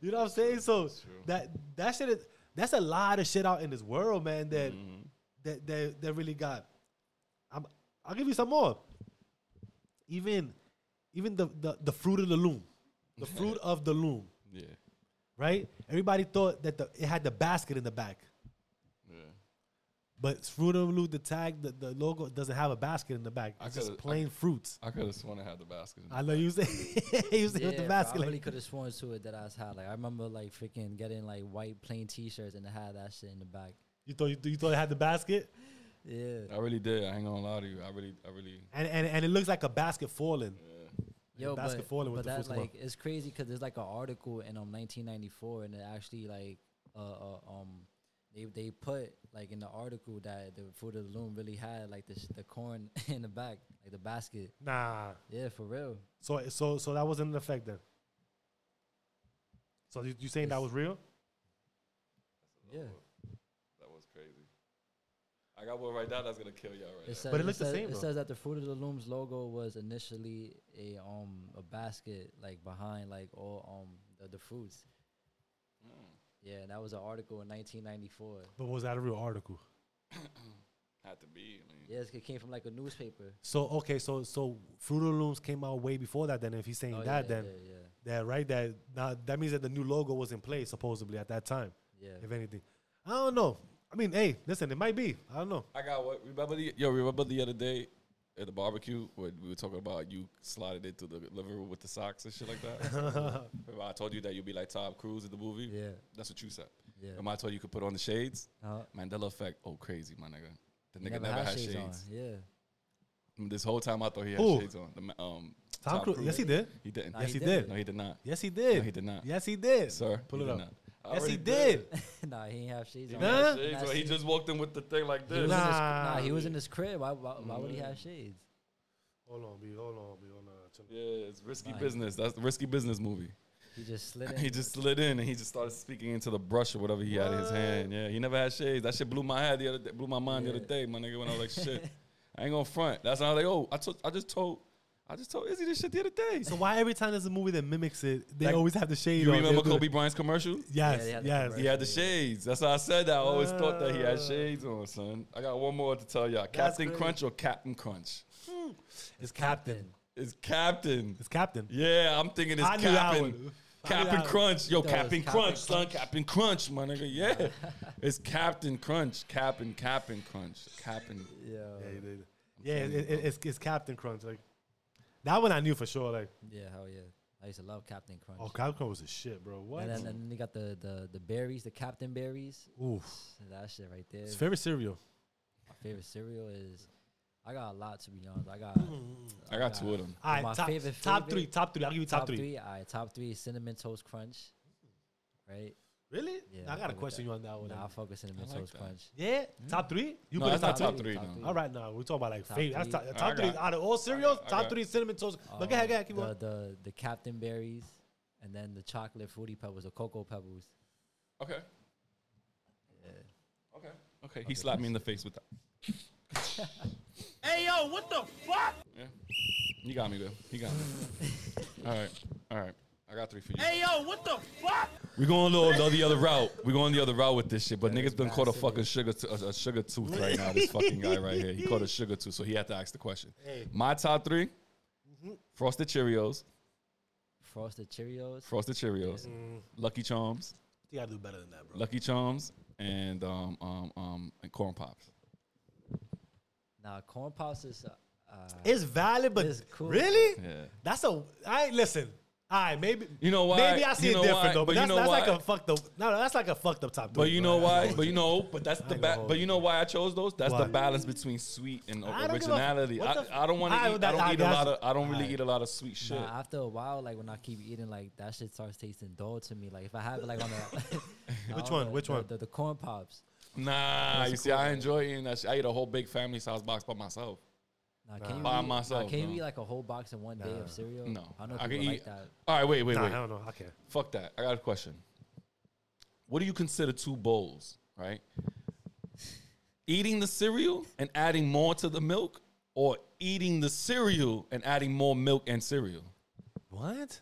A: You know what I'm saying? So that that shit is that's a lot of shit out in this world, man. That
B: Mm-hmm.
A: that that that really got. I'm, I'll give you some more. Even even the the, the fruit of the loom, the fruit of the loom,
C: Yeah,
A: right? Everybody thought that the it had the basket in the back,
C: yeah.
A: but fruit of the loom, the tag, the, the logo doesn't have a basket in the back.
C: I
A: It's just
C: coulda- I-
A: plain fruits.
C: I could have sworn I had the basket. in
A: I know you say you say with
B: Yeah,
A: the
B: bro,
A: basket.
B: I
A: like-
B: really could have sworn to it that I was had. Like I remember like freaking getting like white plain T-shirts and I had that shit in the back.
A: you thought you, you thought it had the basket.
B: Yeah.
C: I really did. I ain't gonna lie to you. I really, I really.
A: and, and and it looks like a basket falling.
B: Yo,
A: basket
B: but,
A: falling with
B: but
A: the
B: that
A: football.
B: like it's crazy because there's like an article in um 1994 and it actually like uh, uh um they they put like in the article that the fruit of the loom really had like the sh- the corn in the back like the basket
A: Nah.
B: yeah for real
A: So so so that wasn't an effect then. So you, you saying that was real?
B: yeah
C: That was crazy. I got one right now that's gonna kill y'all right now.
B: says,
A: But it looks the
B: says-
A: same,
B: It
A: though.
B: says that the fruit of the loom's logo was initially a um a basket like behind like all um the, the fruits yeah and that was an article in 1994
A: But was that a real article?
C: Had to be. I mean,
B: yes it came from like a newspaper
A: So okay, so so Fruit of the Looms came out way before that. Then if he's saying
B: Oh,
A: that,
B: yeah,
A: then
B: yeah, yeah.
A: that right that now that means that the new logo was in place supposedly at that time.
B: Yeah.
A: If anything, I don't know. I mean, hey, listen, it might be. I don't know.
C: I got what. Remember the yo? Remember the other day at the barbecue when we were talking about you slided into the living room with the socks and shit like that. remember I told you that you'd be like Tom Cruise in the movie.
B: Yeah.
C: that's what you said.
B: Yeah.
C: Remember I told you you could put on the shades.
B: Uh-huh.
C: Mandela effect. Oh, crazy, my nigga. The
B: He
C: nigga never, had shades. Mm,
B: on. Yeah.
C: This whole time I thought he had
A: Who?
C: shades on. The, ma- um,
A: Tom Cruise- yes, he did.
C: He didn't.
B: Nah,
A: yes, he,
B: he
A: did.
B: did.
C: No, he did not.
A: Yes, he did.
C: No, he did not.
A: Yes, he did.
C: Sir,
A: pull
C: he
A: it
C: did
A: up.
C: not. I
A: Yes,
C: already
A: he did.
B: nah, he ain't have shades on.
A: Nah. Huh?
C: Shades,
B: Nah,
C: but he
B: see.
C: just walked in with the thing like
B: He was,
C: this.
B: in his,
A: Nah.
B: nah, he was in his crib. Why, why, why would he have shades?
E: Hold on, B. Hold on, B. Hold on. Chill.
C: Yeah, it's risky business. That's the risky business movie.
B: He just slid in.
C: He just slid in and he just started speaking into the brush or whatever he had in his hand. Yeah, he never had shades. That shit blew my head the other day, blew my mind the other day. My nigga, when I was like, shit, I ain't gonna front. That's how I was like, oh, I told, I just told, I just told Izzy this shit the other day.
A: So why every time there's a movie that mimics it, they
C: Like,
A: always have the shade
C: you
A: on?
C: remember
A: They'll do
C: Kobe
A: it.
C: Bryant's commercial?
A: Yes,
B: Yeah, they had the
A: yes.
C: He had the shades. That's how I said that. I always thought that he had
A: Uh.
C: shades on, son. I got one more to tell y'all. Captain
A: great.
C: Crunch or Captain Crunch?
A: It's Captain.
C: It's Captain.
A: It's Captain.
C: Yeah, I'm thinking it's
A: I knew that
C: Captain.
A: one. I knew
C: Captain
A: that
C: Crunch. Yo,
B: thought it was
C: Captain
B: Captain
C: Crunch, son. Captain Crunch, my nigga. Yeah. it's Captain Crunch. Captain, Captain Crunch. Captain.
B: yeah,
E: Yeah, you did.
A: Yeah, it, it, it's, it's Captain Crunch. Like that one, I knew for sure. Like,
B: yeah, hell yeah. I used to love Captain Crunch.
A: oh, Captain Crunch was a shit, bro. What?
B: And then, and then they got the, the the berries, the Captain berries.
A: Oof.
B: That shit right there.
A: It's favorite cereal.
B: My favorite cereal is. I got a lot to be honest. I got
C: I got two of them.
A: All right,
B: My
A: top,
B: favorite,
A: top
B: favorite-
A: three, top three. I'll give you top, three.
B: All right, top three is cinnamon toast crunch. Right.
A: Really?
B: Yeah,
A: Nah, I got
B: I
A: a
B: fuck with
A: question
B: that.
A: you on Oh, that one.
B: Nah, I fuck with cinnamon
C: like
B: toast
C: that.
B: crunch.
A: yeah, top three. You
C: No,
A: put
C: that's
A: it top
C: not
A: three.
C: top three,
B: Top
C: no.
B: three.
A: All right, now we're talking about like
B: Top
A: favorite. That's
B: three.
A: top,
C: I
A: top three
C: got-
A: out of all cereals.
C: I
A: top
C: got-
A: three cinnamon toast.
B: Uh,
A: but go ahead, go ahead, keep
B: the,
A: going.
B: The the Captain Berries, and then the chocolate fruity pebbles or cocoa pebbles.
C: Okay. Okay. Okay. He slapped me in the face with that.
D: Hey yo, what the fuck?
C: Yeah. You got me, though. He got me. All right. All right. I got three for you.
D: Hey yo, what the fuck?
C: We're going a little the other route. We're going the other route with this shit. But niggas been caught a
B: massive.
C: fucking sugar to- a, a sugar tooth right now. This fucking guy right here. He caught a sugar tooth, so he had to ask the question. My top 3
D: Mm-hmm.
C: Frosted Cheerios,
B: Frosted Cheerios.
C: Frosted Cheerios,
D: Mm.
C: Lucky Charms,
A: you gotta do better than that, bro.
C: Lucky Charms, and um um um and corn pops.
B: Now corn pops is. Uh, uh,
A: It's valid, but
B: It's cool.
A: really,
C: Yeah.
A: that's a. I listen. All right, maybe
C: You know why?
A: Maybe I see
C: You
A: it
C: know
A: different
C: why?
A: though,
C: But
A: but,
C: you
A: that's,
C: know
A: that's like
C: why?
A: a fucked up. No, that's like a fucked up top.
C: But
A: three,
C: you
A: bro.
C: know
A: I
C: why? But you know, but that's the
A: ain't
C: ba-
A: gonna
C: but you know why I chose those. That's the
A: Why?
C: balance between sweet and
A: I don't give a-
C: originality.
A: what
C: I,
A: the-
C: I don't want
A: I-
C: to eat. I
A: that-
C: don't
A: I-
C: eat a
A: that's-
C: lot of. I don't really
A: Alright.
C: eat a lot of sweet shit.
B: Nah, after a while, like when I keep eating, like that shit starts tasting dull to me. Like if I have it, like on the
A: Which
B: on
A: one?
B: the-
A: Which
B: the-
A: one?
B: The, the corn pops.
C: Nah, you see, I enjoy eating that shit. I eat a whole big family size box by myself.
B: Now, can you
C: By
B: eat, now,
C: myself,
B: can you
C: no.
B: eat like a whole box in one day of cereal?
C: No,
B: I know people
C: I can eat.
B: like that.
C: All right, wait, wait,
A: Nah,
C: wait.
A: hell no, I can't.
C: Fuck that. I got a question. What do you consider two bowls? Right, eating the cereal and adding more to the milk, or eating the cereal and adding more milk and cereal?
A: What?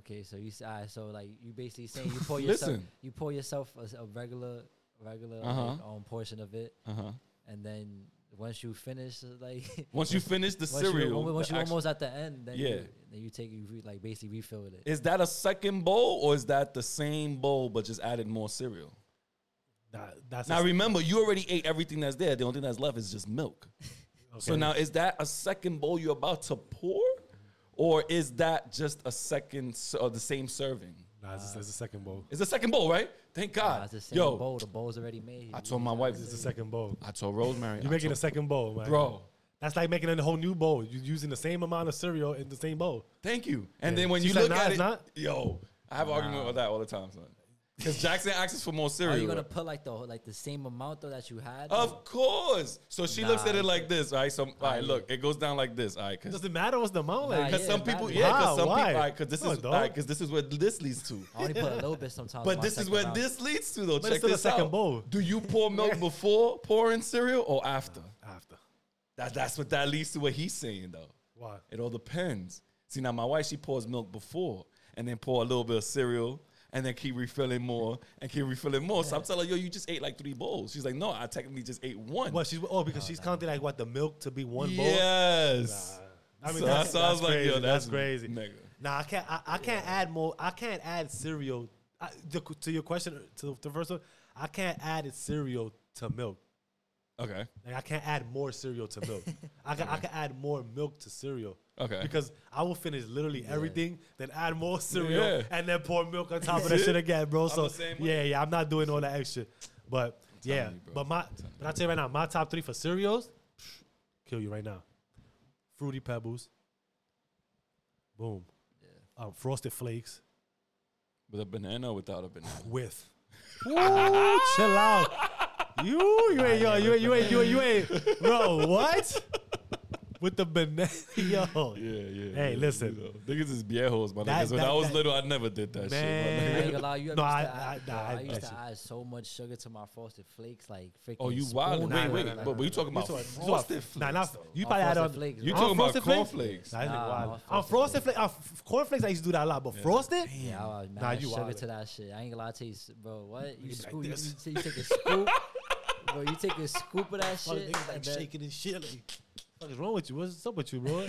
B: Okay, so you s- alright, so like you basically saying you pour yourself
C: Listen.
B: you pour yourself a, s- a regular regular
C: Uh-huh.
B: like, um, portion of it,
C: Uh huh.
B: and then once you finish uh, like
C: Once you finish the
B: once you-
C: cereal,
B: once
C: the
B: you
C: actual-
B: almost at the end, then
C: Yeah.
B: you, then you take you re, like basically refill it.
C: Is that a second bowl or is that the same bowl but just added more cereal?
A: That, that's
C: Now
A: a-
C: remember, you already ate everything that's there. The only thing that's left is just milk. So
A: okay.
C: now is that a second bowl you're about to pour or is that just a second s- or the same serving?
A: Nah, it's, it's a second bowl.
C: It's the second bowl, right? Thank God.
B: Nah, Ah, it's the same
C: Yo,
B: bowl. The bowl's already made.
C: I told my wife,
A: It's a second bowl.
C: I told Rosemary,
A: You're
C: I
A: making a
C: told-
A: second bowl, man.
C: bro.
A: That's like making a whole new bowl. You're using the same amount of cereal in the same bowl.
C: Thank you. And
A: Yeah.
C: then when
A: She
C: you
A: said,
C: look
A: "Nah,
C: at
A: it's
C: it,
A: not."
C: yo, I have argument with that all the time, son. Because Jackson asks for more cereal.
B: Are you gonna put like the whole- like the same amount though that you had?
C: Of course. So she looks at
B: Nah.
C: it like this, all right? So, all right, look, it goes down like this, all right? Because
A: Does it matter what's the amount? Like,
B: Nah, yeah.
C: some
B: it
C: people,
B: matters.
C: yeah,
A: How?
C: because some
A: Why?
C: people, all right, because this
A: Come
C: is,
A: on,
C: all
A: dog.
C: right, because this is where this leads to.
B: I only put a little bit sometimes. in
C: But
B: my
C: this is
B: second
C: where
B: round.
C: this leads to, though.
A: But it's
C: Check
A: still a
C: this
A: second
C: out.
A: bowl.
C: Do you pour milk before pouring cereal or after?
A: After.
C: That, that's what that leads to. What he's saying, though.
A: Why?
C: It all depends. See, now my wife, she pours milk before and then pour a little bit of cereal and then keep refilling more and keep refilling more. So I'm telling her, yo, you just ate like three bowls. She's like, no, I technically just ate one.
A: Well, she's oh because she's counting like what the milk to be one bowl.
C: Yes.
A: I mean
C: So
A: that's,
C: that's why I was
A: that's
C: like, yo,
A: crazy. that's,
C: that's
A: crazy.
C: mega.
A: Nah, I can't. I, I can't add more. I can't add cereal. I, the, to your question, to the first one, I can't add cereal to milk.
C: Okay.
A: Like I can't add more cereal to milk. I can I can add more milk to cereal.
C: Okay.
A: Because I will finish literally everything, then add more cereal,
C: Yeah.
A: and then pour milk on top of that shit again, bro. So
C: the same way.
A: yeah, yeah, I'm not doing all that extra. But yeah,
C: telling you, bro.
A: but my but I tell you right now, my top three for cereals, kill you right now. Fruity Pebbles, boom, um, Frosted Flakes,
C: With a banana or without a banana?
A: with. Ooh, chill out. You, you ain't, yo, you ain't, you ain't, you ain't, you ain't, bro, what? With the banana, yo.
C: Yeah, yeah.
A: Hey,
C: yeah,
A: listen.
C: you know. Niggas is viejos, my
A: That-
C: niggas. When
A: that-
C: I was
A: that-
C: little, I never did that shit.
A: Man.
C: My
B: I
C: nigga.
B: ain't gonna lie, you
A: No,
B: ever
A: I-
B: used to
A: I-
B: add-
A: nah,
B: I,
A: I-
B: used
A: that's
B: to add so much sugar to my frosted flakes, like freaking.
C: Oh, you wild.
B: spoon-
C: Wait,
B: Nah,
C: wait.
B: nah, nah,
C: But
B: nah.
C: but you talking
A: You
C: about
A: talking- you talking-
C: frosted
A: Nah,
C: flakes?
A: not, you
B: Oh,
A: probably had
B: frosted
A: on.
B: flakes,
C: You
B: bro.
A: on
C: talking about
A: frosted flakes?
C: cornflakes?
A: Nah, that nigga
B: Nah, I'm
A: wild.
B: on
A: On
B: frosted
A: frosted flakes, on cornflakes, I used to do that a lot, but frosted?
B: Yeah, I was mad
A: Nah, you
B: sugar
A: wildin'.
B: to that shit. I ain't gonna lie to you, s- bro. What you
A: like
B: scoop? You,
A: this.
B: you t- you take a scoop, bro. You take a scoop of that
A: All the
B: shit.
A: niggas like
B: and then-
A: shaking and shit. Like, what is wrong with you? What's up with you, bro?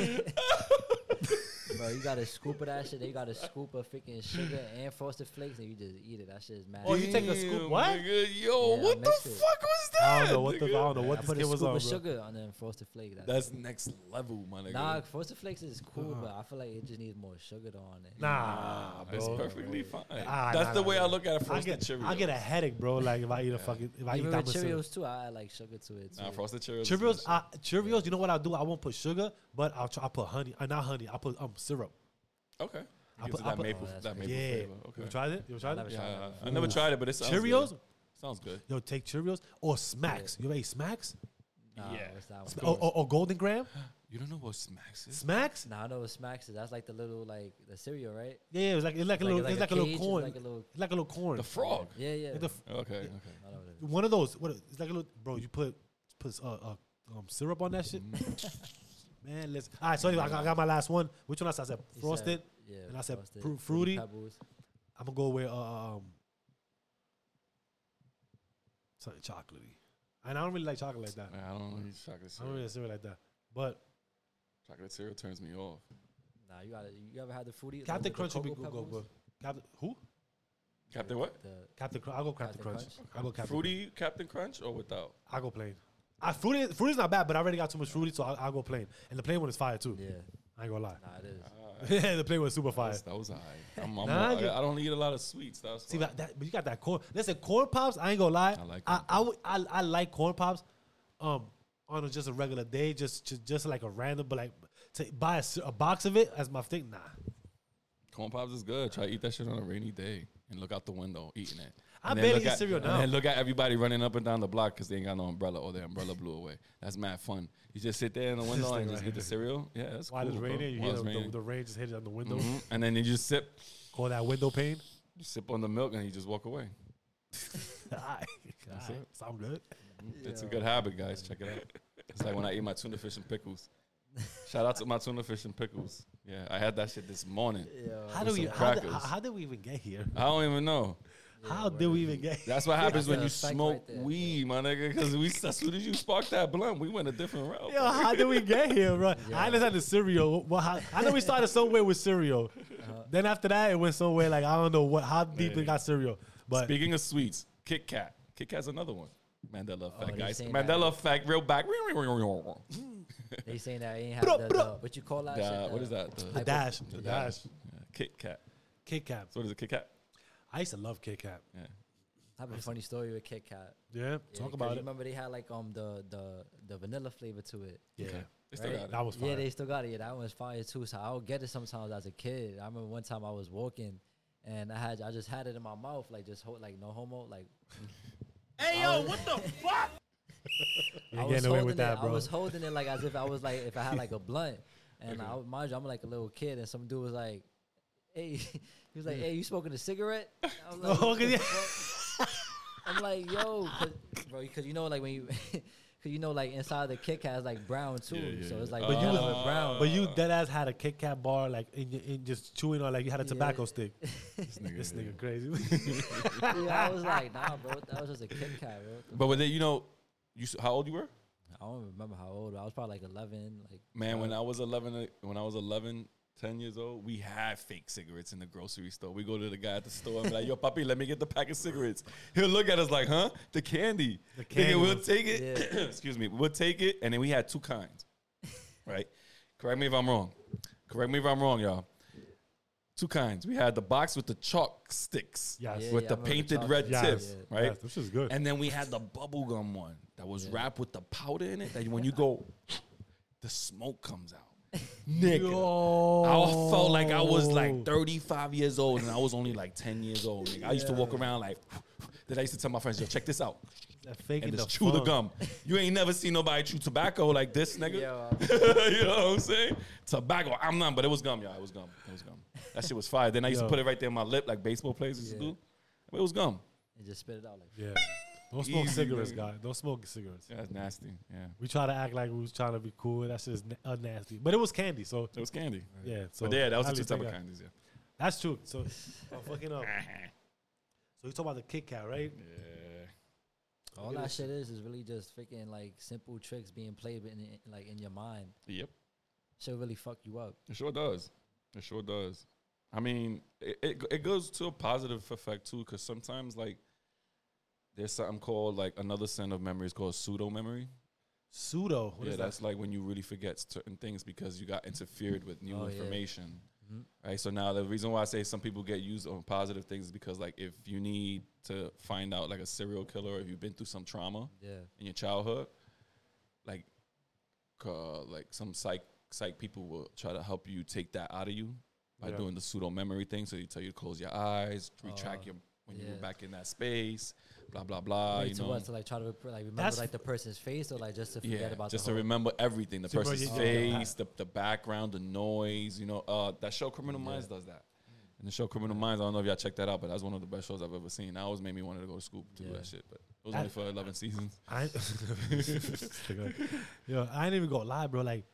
B: Bro, you got a scoop of that shit. They got a scoop of freaking sugar and frosted flakes, and you just eat it. That shit is mad.
A: Oh, you take a scoop-
C: Damn,
A: what?
C: Nigga, yo,
B: Yeah, I
C: what the
B: mixed it.
C: fuck was that?
A: I don't know what the, I
C: nigga?
A: don't know what
B: I
A: this
B: put a
A: kid
B: scoop
A: was
B: of
A: on, bro.
B: sugar on them frosted flakes. That's
C: That's next level, my nigga.
B: Nah, frosted flakes is cool,
A: Uh-huh.
B: but I feel like it just needs more sugar on it.
A: Nah,
C: It's
A: bro.
C: Ah, perfectly fine.
A: Oh, Ah,
C: That's
A: nah,
C: the
A: nah,
C: way
A: nah.
C: I look at it.
A: I
C: Frosted
A: get,
C: Cheerios.
A: I get a headache, bro. Like if I eat a fucking, if I eat
B: Even
A: that
B: with
A: much sugar.
B: Cheerios too, I add like sugar to it too.
C: Nah, Frosted Cheerios. is
A: Cheerios,
C: delicious.
A: I, Cheerios. You know what I'll do? I won't put sugar, but I'll try. I put honey. Uh, not honey. I put um syrup.
C: okay.
A: I
C: Gives
A: put-
C: it
A: I
C: that
A: put-
C: maple,
B: Oh, that's
C: that
B: great.
C: maple
A: yeah.
C: flavor.
A: You
C: Okay.
A: tried it? You tried
B: never
A: it?
B: tried
C: Yeah,
B: that
C: I never tried it, but it sounds
A: Cheerios.
C: Good. Sounds good.
A: Yo, take Cheerios or Smacks. You ever ate Smacks?
B: Nah,
C: Yeah.
B: what's that
A: Or, or, or Oh, Golden Graham?
C: You don't know what smacks is?
A: Smacks?
B: one? Nah, I know what smacks is. That's like the little like the cereal, right?
A: Yeah, yeah, it's like it's like a
B: Like-
A: little,
B: like
A: it's
B: a
A: like a little
B: cage, it's
A: corn,
B: like a little-
A: It's like a little corn.
C: The frog.
B: Yeah, yeah.
A: Like the f-
C: Okay. Okay.
B: I know what it is.
A: one of those. What? It's like a little, bro. You put put uh, uh um syrup on that shit.
B: Mm-hmm.
A: Man, listen. All right, so anyway, I got, I got my last one. Which one else? I said
B: You said-
A: frosted.
B: yeah,
A: and I said
B: frosted,
A: fru- fruity.
B: pebbles.
A: I'm gonna go with uh, um something chocolatey. And I don't really like chocolate like that.
C: Nah, I don't know. Chocolate
A: I don't
C: cereal.
A: really like like that. But
C: Chocolate cereal turns me off.
B: Nah, you got it. You ever had the fruity? like,
A: Captain
B: with the
A: Crunch would be
B: cocoa
A: good. Go,
B: pebbles?
A: go. Captain who?
C: Captain what?
B: The-
A: Captain Crunch. I'll go Captain,
B: Captain
A: Crunch. I'll go Captain Crunch.
C: Fruity Captain Crunch or without?
A: I'll go plain. I, fruity, fruity's not bad, but I already got too much fruity, so I'll, I'll go plain. And the plain one is fire too.
B: yeah,
A: I ain't gonna lie.
B: nah, it is.
A: the plain one's super fire.
C: That was alright. I'm, I'm
A: Nah,
C: I,
A: you-
C: I don't eat a lot of sweets. That's
A: See
C: why.
A: that, that, but you got that corn. Listen, corn pops. I ain't gonna lie.
C: I like
A: I
C: corn
A: I, would- I, I like corn pops, um, on a, just a regular day, just, just just like a random, but like to buy a, s- a box of it as my thing. Nah,
C: Corn pops is good. Try to eat that shit on a rainy day and look out the window eating it.
A: I
C: And then
A: barely
C: look
A: eat
C: at-
A: cereal
C: and
A: now.
C: then look at everybody running up and down the block because they ain't got no umbrella or their umbrella blew away. That's mad fun. You just sit there in the window and just eat the cereal. Yeah, that's
A: while
C: cool.
A: it's
C: bro.
A: raining, you hear
C: While it's
A: the, the,
C: raining.
A: the rain just hit on the window.
C: Mhm. And then you just sip,
A: Call that window pane.
C: you sip on the milk and you just walk away.
A: Alright, alright, Sound good.
C: It's a good habit, guys. Check it out. It's like when I eat my tuna fish and pickles. Shout out to my tuna fish and pickles. Yeah, I had that shit this morning.
A: How do
C: some
A: we? How did,
C: crackers.
A: how, how did we even get here?
C: I don't even know.
A: how did we even get?
C: That's what happens when
B: a
C: you
B: psych
C: smoke
B: right there.
C: weed, my nigga. Because we, as soon as you spark that blunt, we went a different route.
A: Yo, how did we get here, bro? I understand the cereal. Well, how, I know we started somewhere with cereal.
C: Uh-huh.
A: Then after that, it went somewhere like I don't know what how deep
C: Man.
A: it got cereal. But
C: Speaking of sweets, Kit Kat. Kit Kat's another one. Mandela
B: Oh, they
C: effect, guys.
B: saying
C: Mandela
B: that.
C: effect, real back.
B: They saying that it ain't have the, the what you call that? shit, uh,
C: The-
B: the-
C: what is that?
A: the
C: The,
A: dash, the dash,
C: Yeah, Kit Kat.
A: Kit Kat.
C: So what is it? Kit Kat.
A: I used to love Kit Kat.
C: Yeah.
B: I have a funny story with Kit Kat.
A: Yeah,
B: Yeah,
A: talk
B: 'cause
A: about
B: you
A: it.
B: Remember they had like um the the the vanilla flavor to it.
A: Yeah,
C: Okay. They still
B: Right.
C: got it.
A: that was fire.
B: Yeah, they still got it. Yeah, that one's fire too. So I'll get it sometimes as a kid. I remember one time I was walking and I had I just had it in my mouth, like just hold, like no homo, like
D: Hey yo, what the fuck?
A: You're
B: I was
A: getting away
B: holding
A: with that,
B: it,
A: bro.
B: I was holding it like as if I was like if I had like a blunt, and I mind you, I'm like a little kid, and some dude was like, "Hey," he was like, "Hey, you smoking a cigarette?" I was like,
A: Oh,
B: "What the
A: yeah.
B: fuck?" I'm like, "Yo, cause, bro, because you know, like when you." Cause you know, like inside the Kit Kat is like brown too,
C: yeah,
B: so
C: yeah.
B: it's like
A: But you
B: vanilla
A: was-
B: with brown.
A: but you dead ass had a Kit Kat bar like in, your, in just chewing on like you had a tobacco stick.
C: This nigga.
A: This nigga crazy. Oh.
B: Yeah, I was like, nah, bro, that was just a Kit Kat, bro.
C: But with it, you know, you s- how old you were?
B: I don't remember how old. I was probably like 11, like
C: Man, when I was 11, uh, when I was 11, 10 years old, we had fake cigarettes in the grocery store. We go to the guy at the store and be like, yo, papi, let me get the pack of cigarettes. He'll look at us like, huh? The candy. The
A: candy
C: we'll
A: was-
C: take it. Excuse me. We'll take it. And then we had two kinds, right? Correct me if I'm wrong. Correct me if I'm wrong, y'all. Two kinds. We had the box with the chalk sticks
A: Yes. Yeah,
C: with
B: yeah, I remember
C: the
B: the
C: painted
B: chalk
C: red
A: sticks.
C: tip,
A: Yes.
C: right?
A: Yes, this is good.
C: And then we had the bubblegum one that was wrapped with the powder in it that when you go, the smoke comes out. Nigga.
A: Yo.
C: I felt like I was like 35 years old and I was only like 10 years old. Like, I used to walk around like, then I used to tell my friends, yo, check this out.
A: That faking
C: And
A: the
C: just chew the
A: funk.
C: gum. You ain't never seen nobody chew tobacco like this, nigga.
B: Yo.
C: you know what I'm saying? Tobacco. I'm not, but it was gum, y'all. It was gum. It was gum. That shit was fire. Then I used
A: Yo.
C: to put it right there in my lip like baseball players used to
B: Yeah.
C: do. But it was gum.
B: and just spit it out like.
A: Yeah. Don't smoke
C: Easy,
A: cigarettes,
C: nigga.
A: guys. Don't smoke cigarettes.
C: Yeah, that's nasty. Yeah.
A: We try to act like we was trying to be cool. That's just na- uh, nasty. But it was candy, so
C: It was candy.
A: yeah. So
C: But yeah, that was
A: at
C: the two
A: least
C: type
A: they
C: of
A: got-
C: candies, yeah.
A: That's true. So I'm fucking up.
B: Oh.
A: So you talking about the Kit Kat, right?
C: Yeah.
B: All that shit is is really just freaking like simple tricks being played in in- like in your mind.
C: Yep.
B: She'll really fuck you up.
C: It sure does. It sure does. I mean, it it, it goes to a positive effect too, because sometimes like there's something called like another sin of memory is called pseudo memory.
A: Pseudo. What
C: yeah,
A: is
C: that's like when you really forget certain things because you got interfered with new
B: Oh, yeah.
C: information.
B: Mhm.
C: Right. So now the reason why I say some people get used on positive things is because like if you need to find out like a serial killer or if you've been through some trauma,
B: Yeah.
C: in your childhood, like, uh, like some psych psych people will try to help you take that out of you by
E: Yeah.
C: doing the pseudo memory thing. So they tell you to close your eyes, retract
B: Oh,
C: your when you were
B: yeah.
C: back in that space, blah blah blah.
B: Wait,
C: Uh, you
B: to
C: know,
B: what? To like try to rep- like remember
A: That's-
B: like the person's face or like just to forget
C: yeah,
B: about
C: just
B: the
C: to
B: whole-
C: remember everything, the
A: So, bro,
C: person's
A: you- you-
C: face, the the background, the noise. You know, uh, that show Criminal Minds does that. And the show Criminal Minds, I don't know if y'all checked that out, but that's one of the best shows I've ever seen. That always made me want to go to school to do
B: Yeah.
C: that shit, but it was
A: That-
C: only for 11 seasons.
A: I Yo, I ain't even gonna lie, bro. Like,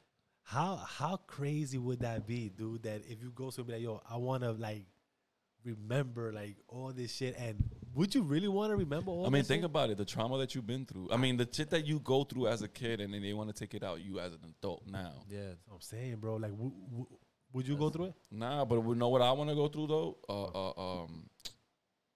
A: how how crazy would that be, dude? That if you go somewhere like, yo, I wanna like remember like all this shit, and would you really wanna remember all?
C: I mean,
A: this
C: think
A: shit?
C: about it. The trauma that you've been through. I mean, the shit that you go through as a kid, and then they want to take it out you as an adult now.
B: Yeah.
A: That's what I'm saying, bro. Like, w- w- would you go through it?
C: Nah, but we know what I want to go through though. Uh, uh, um,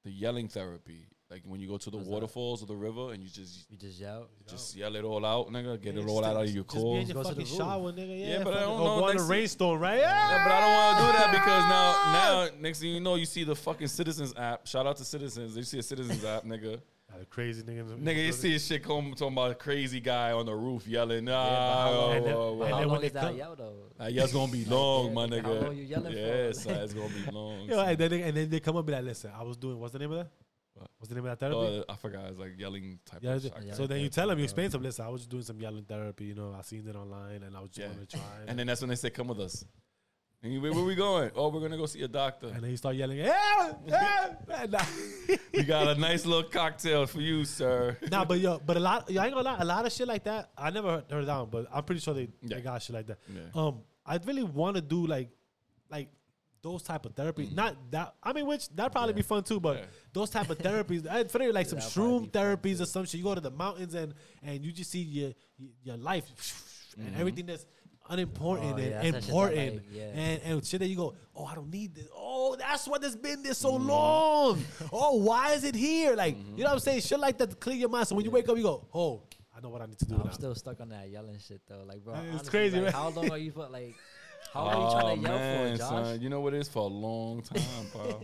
C: the yelling therapy, like when you go to the
B: What's that?
C: waterfalls or the river, and you just
B: You just yell.
C: just yell it all out, nigga. Get
A: Yeah,
C: it
A: just
C: all
A: think-
C: out of your
A: just be
C: core.
A: in your
B: Go to the
A: fucking
B: roof.
A: shower, nigga. Yeah,
C: Yeah, but I
A: fucking-
C: don't
A: or
C: know.
A: Go on a
C: Next-
A: rainstorm, right? Yeah.
C: Yeah, but I don't want to do that because now, now, next thing you know, you see the fucking Citizens app. Shout out to Citizens. You see a Citizens app, nigga.
A: Got a crazy nigga. in the-
C: Nigga, you see shit come talking about a crazy guy on the roof yelling. "Ah, oh, Nah,
B: but how
C: whoa,
A: long-
C: whoa,
A: And
C: whoa."
B: How
A: then when
B: long
A: they
B: is that
A: come-
B: yell though?
C: Nah, yeah, it's gonna be long, my
B: yeah,
C: nigga.
B: how long you yelling for?
C: yeah, son, it's gonna be long.
A: Yo,
C: son.
A: and then, they, and then they come up and be like, listen, I was doing, what's the name of that?
C: What?
A: What's the name of that therapy?
C: Oh, I forgot. It's like yelling type.
A: Yeah,
C: of
A: ju-
C: shit. I
B: yeah.
A: so
C: can't-
A: then you
C: can't
A: tell them,
C: think
A: you
C: of
A: explain to them. Listen, I was just doing some yelling therapy. You know, I seen it online, and I was just
C: Yeah.
A: going to try.
C: it. And then that's when they say, "Come with us." And you, where, where we going? Oh, we're gonna go see a doctor.
A: and then you start yelling, yeah, yeah. And I-
C: We got a nice little cocktail for you, sir.
A: nah, but yo, but a lot, yo, I ain't gonna lie, a lot of shit like that. I never heard, heard down, but I'm pretty sure they,
C: Yeah.
A: they got shit like that.
C: Yeah.
A: Um, I really want to do like, like those type of therapies.
B: Mm.
A: Not that I mean, which that'd probably be fun too. But
C: Yeah.
A: those type of therapies, I'd figure like some
B: That'd probably
A: shroom
B: be fun,
A: therapies or some shit. You go to the mountains and and you just see your your life and everything that's unimportant
B: Mm-hmm. Oh, yeah, that's
A: and
B: that shit that,
A: important
B: like, yeah.
A: and and shit that you go, oh, I don't need this. Oh, that's what has been there
B: Mm-hmm.
A: so long. Oh, why is it here? Like you know what I'm saying? Shit like that to clear your mind. So when you wake up, you go, oh, I know what I need to do.
B: I'm
A: now.
B: still stuck on that yelling shit though. Like, bro,
A: It's
B: honestly,
A: crazy,
B: like,
A: right?
B: How long are you for? Like, how long are you trying to yell for, Josh?
C: Oh, son, you know what it is for a long time, pal.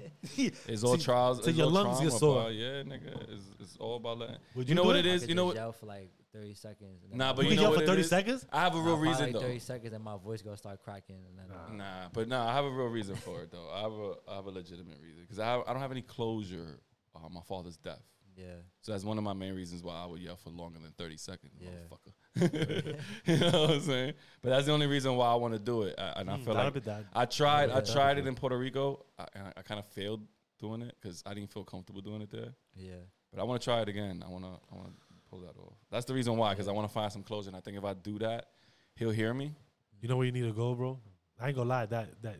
C: It's all
A: To-
C: trials.
A: to
C: it's
A: your
C: all
A: lungs get
C: trauma,
A: sore.
C: pal. Yeah, nigga, it's, it's all about that. You,
A: Would you
C: know
A: do
C: what
A: it?
C: it
B: I
C: is.
B: could
C: You know
B: just
C: what?
B: yell for like 30 seconds. and then
C: Nah,
B: my
C: but
A: You
C: you,
A: can
C: know
A: yell
C: what
A: for
C: it
A: 30
C: is?
A: seconds?
C: I have a real
B: I'll probably
C: reason
B: like
C: though.
B: 30 seconds and my voice gonna start cracking. And then I'll-
C: Nah, but nah, I have a real reason for it though. I have a I have a legitimate reason because I have, I don't have any closure on my father's death.
B: yeah,
C: So that's one of my main reasons why I would yell for longer than thirty seconds,
B: Yeah.
C: motherfucker. you know what I'm saying? But that's the only reason why I want to do it, I, and I feel
A: Hmm, that'll
C: like
A: be that.
C: I tried I
A: That'll be
C: tried it in Puerto Rico, I, and I, I kind of failed doing it because I didn't feel comfortable doing it there.
B: yeah.
C: But I want to try it again. I want to I want to pull that off. That's the reason why because I want to find some closure. And I think if I do that, he'll hear me.
A: You know where you need to go, bro. I ain't gonna lie, that that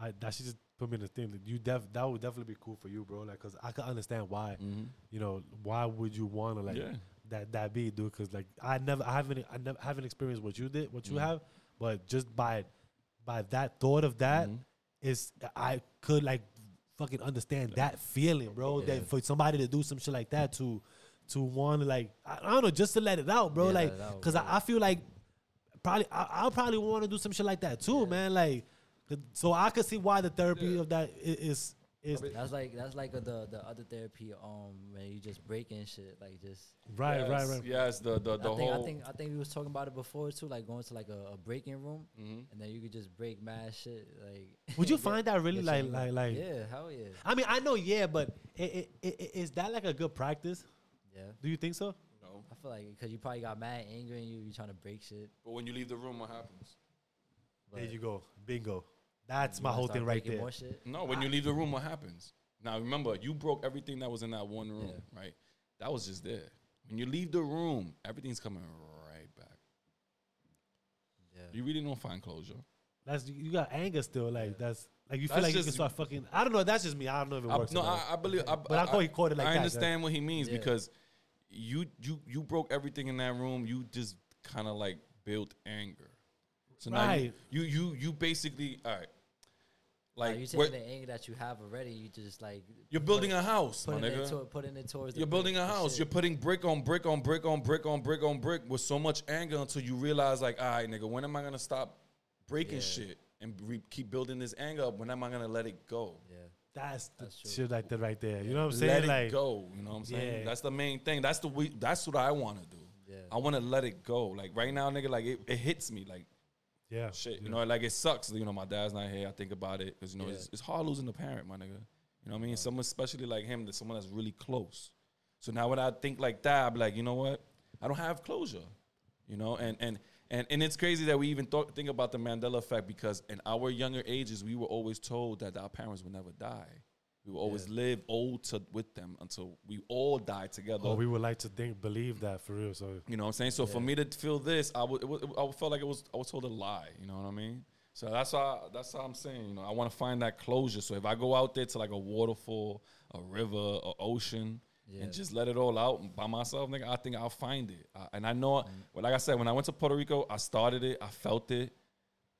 A: I that should just put me in the thing. That you def that would definitely be cool for you, bro. Like, cause I can understand why. You know, why would you wanna like
C: Yeah.
A: that that be, dude? Cause like I never, I haven't, I never haven't experienced what you did, what you
B: Mm-hmm.
A: have, but just by by that thought of that
B: Mm-hmm.
A: is I could like fucking understand that feeling, bro. That for somebody to do some shit like that to to want to like I, I don't know, just to let it out, bro.
B: Yeah, let
A: like,
B: it out,
A: cause I, I feel like probably I, I'll probably want to do some shit like that too, man. Like, the- so I could see why the therapy of that i- is It's
B: That's like that's like a, the the other therapy um where you just breaking shit like just
A: right,
C: yes,
A: right, right.
C: Yes, the the, the
B: I think,
C: whole.
B: I think I think we was talking about it before too, like going to like a, a breaking room,
C: Mm-hmm.
B: and then you could just break mad shit. Like,
A: Would you
B: get-
A: find that really
B: get
A: like
B: your-
A: like like?
B: yeah, hell yeah,
A: I mean, I know, yeah, but i i i i- is that like a good practice?
B: yeah.
A: Do you think so?
C: no.
B: I feel like because you probably got mad anger and you you trying to break shit.
C: But when you leave the room, what happens?
B: But
A: There you go, bingo. That's my
B: wanna
A: whole
B: start
A: thing right
B: breaking
A: there.
B: More shit.
C: No, when you leave the room, what happens? Now remember, you broke everything that was in that one room, right? That was just there. When you leave the room, everything's coming right back.
B: Yeah.
C: You really don't find closure.
A: That's you got anger still. Like that's like you feel
C: That's
A: like you
C: just-
A: can start fucking. I don't know. That's just me. I don't know if it
C: I,
A: works.
C: no,
A: or not.
C: I, I believe. I,
A: But I thought he caught it like
C: I
A: that,
C: understand what he means
B: Yeah.
C: because you you you broke everything in that room. You just kind of like built anger. So now
A: Right.
C: you, you you you basically all right. Like
B: Like, you
C: we're-
B: taking the anger that you have already, you just like
C: you're building a house, my
B: putting it
C: nigga.
B: to, putting it towards. the
C: You're
B: brick,
C: building a
B: the
C: house.
B: shit.
C: You're putting brick on brick on brick on brick on brick on brick with so much anger until you realize, like, all right, nigga, when am I gonna stop breaking shit and re- keep building this anger up? When am I gonna let it go?
B: yeah,
A: that's the
B: That's true.
A: shit like that right there. You know what I'm saying?
C: Let it
A: like
C: go. You know what I'm saying?
A: Yeah.
C: That's the main thing. That's the we, that's what I want to do.
B: Yeah.
C: I want to let it go. Like right now, nigga, like it, it hits me. Like
A: yeah,
C: shit. You know, like it sucks. You know, my dad's not here. I think about it because you know
B: Yeah.
C: it's, it's hard losing a parent, my nigga. You know what I mean? Someone, especially like him, that's someone that's really close. So now when I think like that, I'm like, you know what? I don't have closure. You know, and and and and it's crazy that we even thought, think about the Mandela effect because in our younger ages, we were always told that our parents would never die. We would always live old to, with them until we all die together.
A: Oh, we would like to think, believe that for real. So
C: You know what I'm saying? So for me to feel this, I would, it was, I felt like it was, I was told a lie. You know what I mean? So that's why, that's how I'm saying. You know, I want to find that closure. So if I go out there to like a waterfall, a river, a ocean,
B: Yeah.
C: and just let it all out by myself, nigga, I think I'll find it. I, and I know,
B: Mm.
C: well, like I said, when I went to Puerto Rico, I started it, I felt it,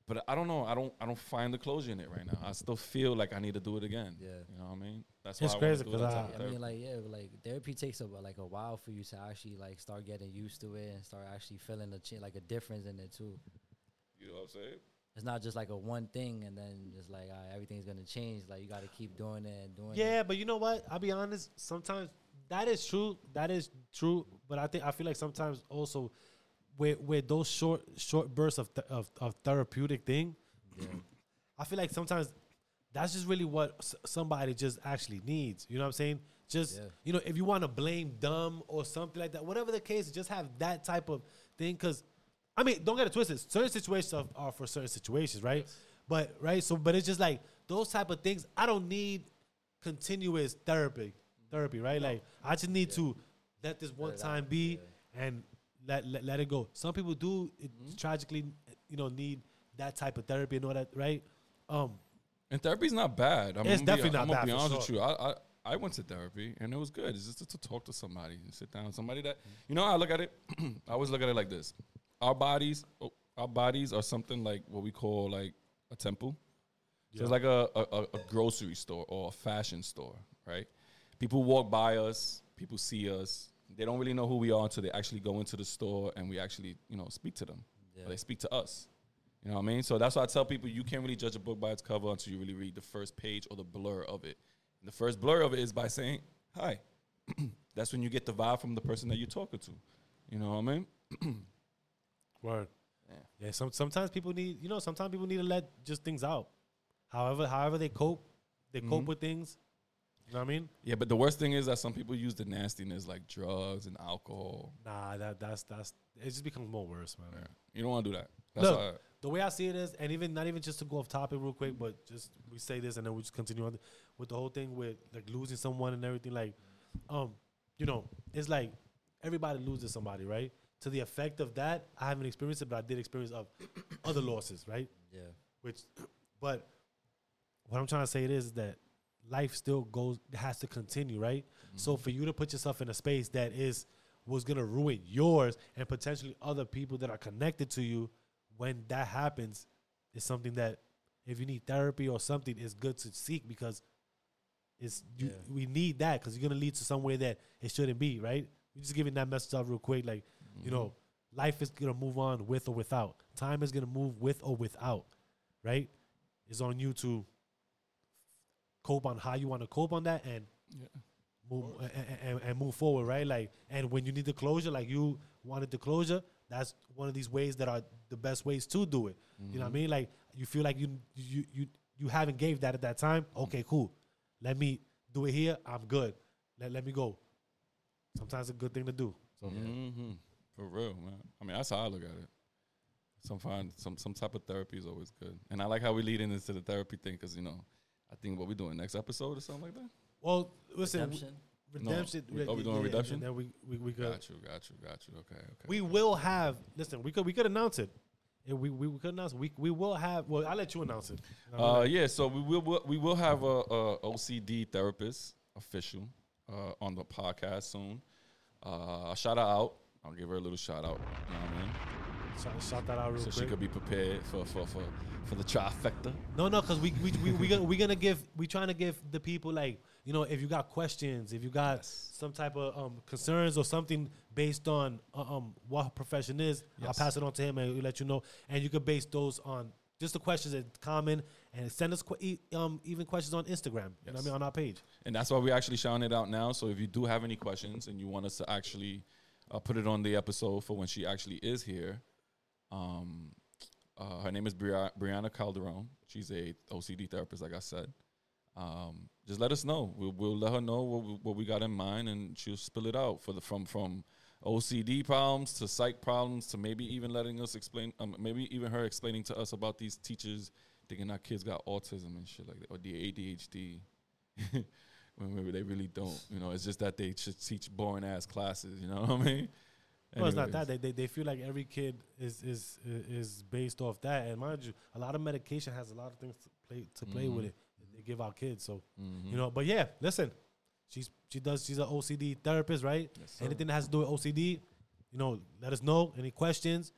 C: but I don't know, I don't, I don't find the closure in it right now. I still feel like I need to do it again.
B: Yeah.
C: you know what I mean?
A: It's
C: That's why I wanna
A: crazy
C: do
A: 'cause
C: that
A: I-
C: type of
B: I
C: therapy.
B: mean, like yeah, but, like therapy takes a like a while for you to actually like start getting used to it and start actually feeling a ch- like a difference in it too.
C: you know what I'm saying?
B: It's not just like a one thing and then just like all right, everything's gonna change. Like you got to keep doing it and doing it.
A: yeah, but you know what? I'll be honest. Sometimes that is true. That is true. But I think I feel like sometimes also with with those short short bursts of th- of, of therapeutic thing, I feel like sometimes that's just really what s- somebody just actually needs. You know what I'm saying? Just
B: Yeah.
A: you know, if you want to blame dumb or something like that, whatever the case, just have that type of thing. Because I mean, don't get it twisted. Certain situations are, are for certain situations, right? But right, so but it's just like those type of things. I don't need continuous therapy, therapy, right? Like I just need to let this one
B: it
A: time
B: out,
A: be
B: yeah. Mm-hmm.
A: and let, let let it go. Some people do it, tragically, you know, need that type of therapy and all that, right? Um,
C: And therapy's not bad. I'm
A: It's
C: gonna
A: definitely
C: be,
A: not
C: I'm gonna
A: bad,
C: Be
A: for
C: honest with you, I, I I went to therapy and it was good. It's just to talk to somebody and sit down. Somebody that you know. how I look at it. I always look at it like this: our bodies, oh, our bodies are something like what we call like a temple. So it's like a, a a- a grocery store or a fashion store, right? People walk by us. People see us. They don't really know who we are until they actually go into the store and we actually you know speak to them. Or they speak to us. You know what I mean? So that's why I tell people you can't really judge a book by its cover until you really read the first page or the blur of it. And the first blur of it is by saying, Hi. that's when you get the vibe from the person that you're talking to. You know what I mean?
A: Word. Yeah. Some sometimes people need you know sometimes people need to let just things out. However, however they cope, they cope with things. You know what I mean?
C: Yeah, but the worst thing is that some people use the nastiness like drugs and alcohol.
A: Nah, that that's that's it just becomes more worse, man.
C: You don't want to do that. That's
A: Look,
C: why-
A: the way I see it is, and even not even just to go off topic real quick, but just we say this and then we just continue on th- with the whole thing with like losing someone and everything. Like, um, you know, it's like everybody loses somebody, right? To the effect of that, I haven't experienced it, but I did experience of other losses, right?
B: yeah,
A: Which, but what I'm trying to say it is that life still goes has to continue, right?
B: Mm-hmm.
A: So for you to put yourself in a space that is was gonna ruin yours and potentially other people that are connected to you, when that happens, is something that if you need therapy or something, it's good to seek because it's you,
B: Yeah.
A: we need that because you're gonna lead to somewhere that it shouldn't be, right? We're just giving that message out real quick, like you know, life is gonna move on with or without. Time is gonna move with or without, right? It's on you to cope on how you want to cope on that and move and, and, and move forward, right? Like, and when you need the closure, like you wanted the closure, that's one of these ways that are the best ways to do it. You know what I mean? Like, you feel like you you you you haven't gave that at that time. Okay, cool. Let me do it here. I'm good. Let let me go. Sometimes a good thing to do.
C: Mm-hmm. For real, man. I mean, that's how I look at it. Some find some some type of therapy is always good, and I like how we leading into the therapy thing because you know, I think what we doing next episode or something like that.
A: Well, listen,
B: Redemption.
C: No.
A: redemption.
C: Are we doing redemption?
A: And then we we we good.
C: Got you, got you, got you. Okay, okay.
A: We will have. Listen, we could we could announce it. Yeah, we, we we could announce. It. We we will have. Well, I'll let you announce it. You know what I mean?
C: Uh, yeah, so we will we'll- we will have a, a OCD therapist official uh, on the podcast soon. Uh, shout her out. I'll give her a little shout out. You know what I mean?
A: shout, shout that out real
C: So she
A: quick.
C: could be prepared for for for for the trifecta.
A: no, no, because we we we we gonna, we gonna give we trying to give the people like you know if you got questions, if you got some type of um concerns or something based on uh, um what her profession is, I'll
C: Yes.
A: pass it on to him and we'll let you know. And you could base those on just the questions that common and send us que- e- um even questions on Instagram. You know what I
C: Yes.
A: mean on our page.
C: And that's why we're actually shouting it out now. So if you do have any questions and you want us to actually uh, put it on the episode for when she actually is here, um, uh, her name is Bri- Brianna Calderon. She's a OCD therapist, like I said. Um, just let us know. We'll, we'll let her know what we, what we got in mind, and she'll spill it out for the from from OCD problems to psych problems to maybe even letting us explain. Um, maybe even her explaining to us about these teachers thinking our kids got autism and shit like that, or the ADHD. when maybe they really don't. You know, it's just that they should teach boring ass classes. You know what I mean?
A: No, it's not that.
C: Anyways.
A: They, they they feel like every kid is is is based off that. And mind you, a lot of medication has a lot of things to play to play with it. They give our kids, so
C: Mm. Mm-hmm.
A: you know. But yeah, listen, she's she does. She's an OCD therapist, right? Anything that has to do with OCD, you know, let us know. Any questions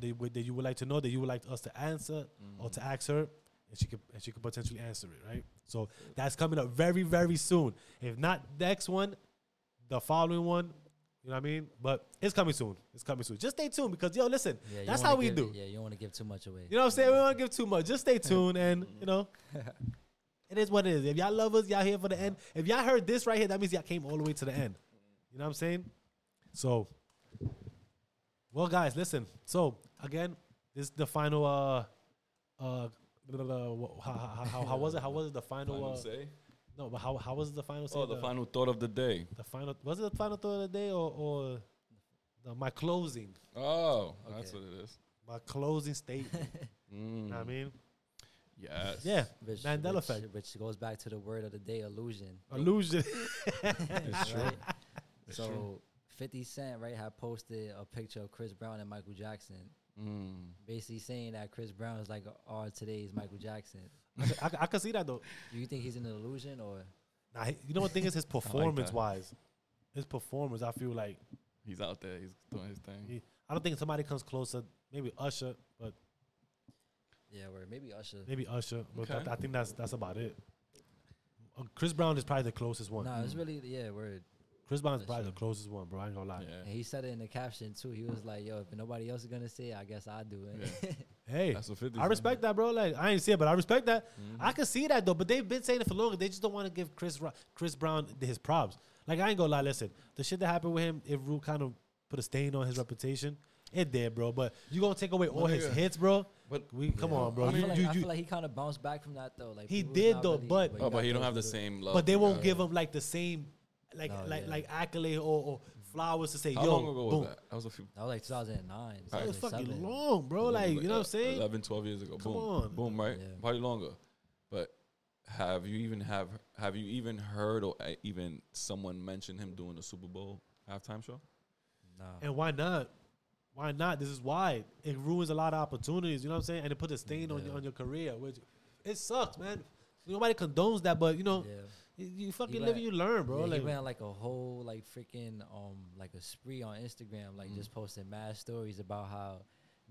A: that, would- that you would like to know that you would like us to answer or to ask her. And she could and she could potentially answer it, right? So that's coming up very, very soon. If not next one, the following one. You know what I mean? But it's coming soon. It's coming soon. Just stay tuned because yo, listen,
B: Yeah, you
A: that's
B: wanna
A: how we
B: give-
A: do.
B: Yeah, you don't want to give too much away.
A: You know what I'm saying? We don't wanna give too much. Just stay tuned and you know. It is what it is. If y'all love us, y'all here for the end. If y'all heard this right here, that means y'all came all the way to the end. You know what I'm saying? So well guys, listen. So again, this is the final uh uh blah, blah, blah, wha- how, how, how, how was it? How was it the final,
C: Final
A: uh,
C: say?
A: no but how how was it the final say?
C: Oh, the
A: The-
C: final thought of the day.
A: the final was it the final thought of the day or or the, my closing
C: Oh, that's what
B: Okay.
C: it is.
A: my closing statement.
C: Mm.
A: Know what I mean,
C: Yes.
A: yeah,
B: Which,
A: Mandela
B: which,
A: effect, Oh,
B: which goes back to the word of the day, illusion.
A: illusion.
C: It's true.
B: Right?
C: It's
B: so
C: true.
B: 50 Cent, right, had posted a picture of Chris Brown and Michael Jackson,
C: Mm.
B: basically saying that Chris Brown is like our today's Michael Jackson.
A: I, c- I c- I could see that though.
B: Do you think he's an illusion or
A: Nah, he- you know what thing is his performance wise, his performance. I feel like
C: He's out there. He's doing his thing.
A: he, I don't think somebody comes closer. Maybe Usher, but
B: yeah, or maybe Usher?
A: maybe Usher. But
C: Okay.
A: that- I think that's that's about it. Uh, Chris Brown is probably the closest one.
B: No, it's really yeah, word.
A: Chris Brown is
B: that's
A: probably the
B: true.
A: closest one, bro. I ain't gonna lie.
C: Yeah.
B: And he said it in the caption too. He was like, "Yo, if nobody else is gonna say it, I guess I do it."
C: Oh,
A: Hey,
C: That's what Mm-hmm. 50
A: I respect that, bro. Like I ain't see it, but I respect that. I can see that though. But they've been saying it for longer. They just don't want to give Chris Ro- Chris Brown th- his props. Like I ain't gonna lie. Listen, the shit that happened with him, it Rue kind of put a stain on his reputation. It did, bro. But you gonna take away all his
C: nigga.
A: hits, bro?
C: But-
A: we come on, bro.
B: I,
A: You-
B: feel like,
A: you-
B: I
A: you-
B: feel like he kind of bounced back from that though. Like
A: He
B: people
A: did,
B: not
A: though, but-
C: Oh, but he don't
B: got
C: have the
B: those dudes.
C: same love.
A: but they
C: we
A: won't
C: got.
A: give him like the same, like
B: No,
A: like
B: yeah.
A: like accolade or, or flowers to say,
C: How
A: yo,
C: long ago
A: boom.
C: was that? That was a few.
B: That was like 2009.
A: That was
B: 2007.
A: fucking long, bro. Like you know what I'm saying?
C: 11, 12 uh, years ago.
A: Come
C: boom.
A: on.
C: Boom. Right.
B: Yeah.
C: Probably longer. But have you even have have you even heard or uh, even someone mention him doing a Super Bowl halftime show?
B: Nah.
A: And why not? Why not? This is why it ruins a lot of opportunities. You know what I'm saying? And it put a stain on your,
B: Yeah.
A: on your career, which it sucks, man. Nobody condones that, but you know,
B: Yeah.
A: you, you fucking
B: He
A: live
B: went-
A: and you learn, bro.
B: Yeah,
A: like,
B: he ran like a whole like freaking um like a spree on Instagram, like
A: Mm.
B: just posting mad stories about how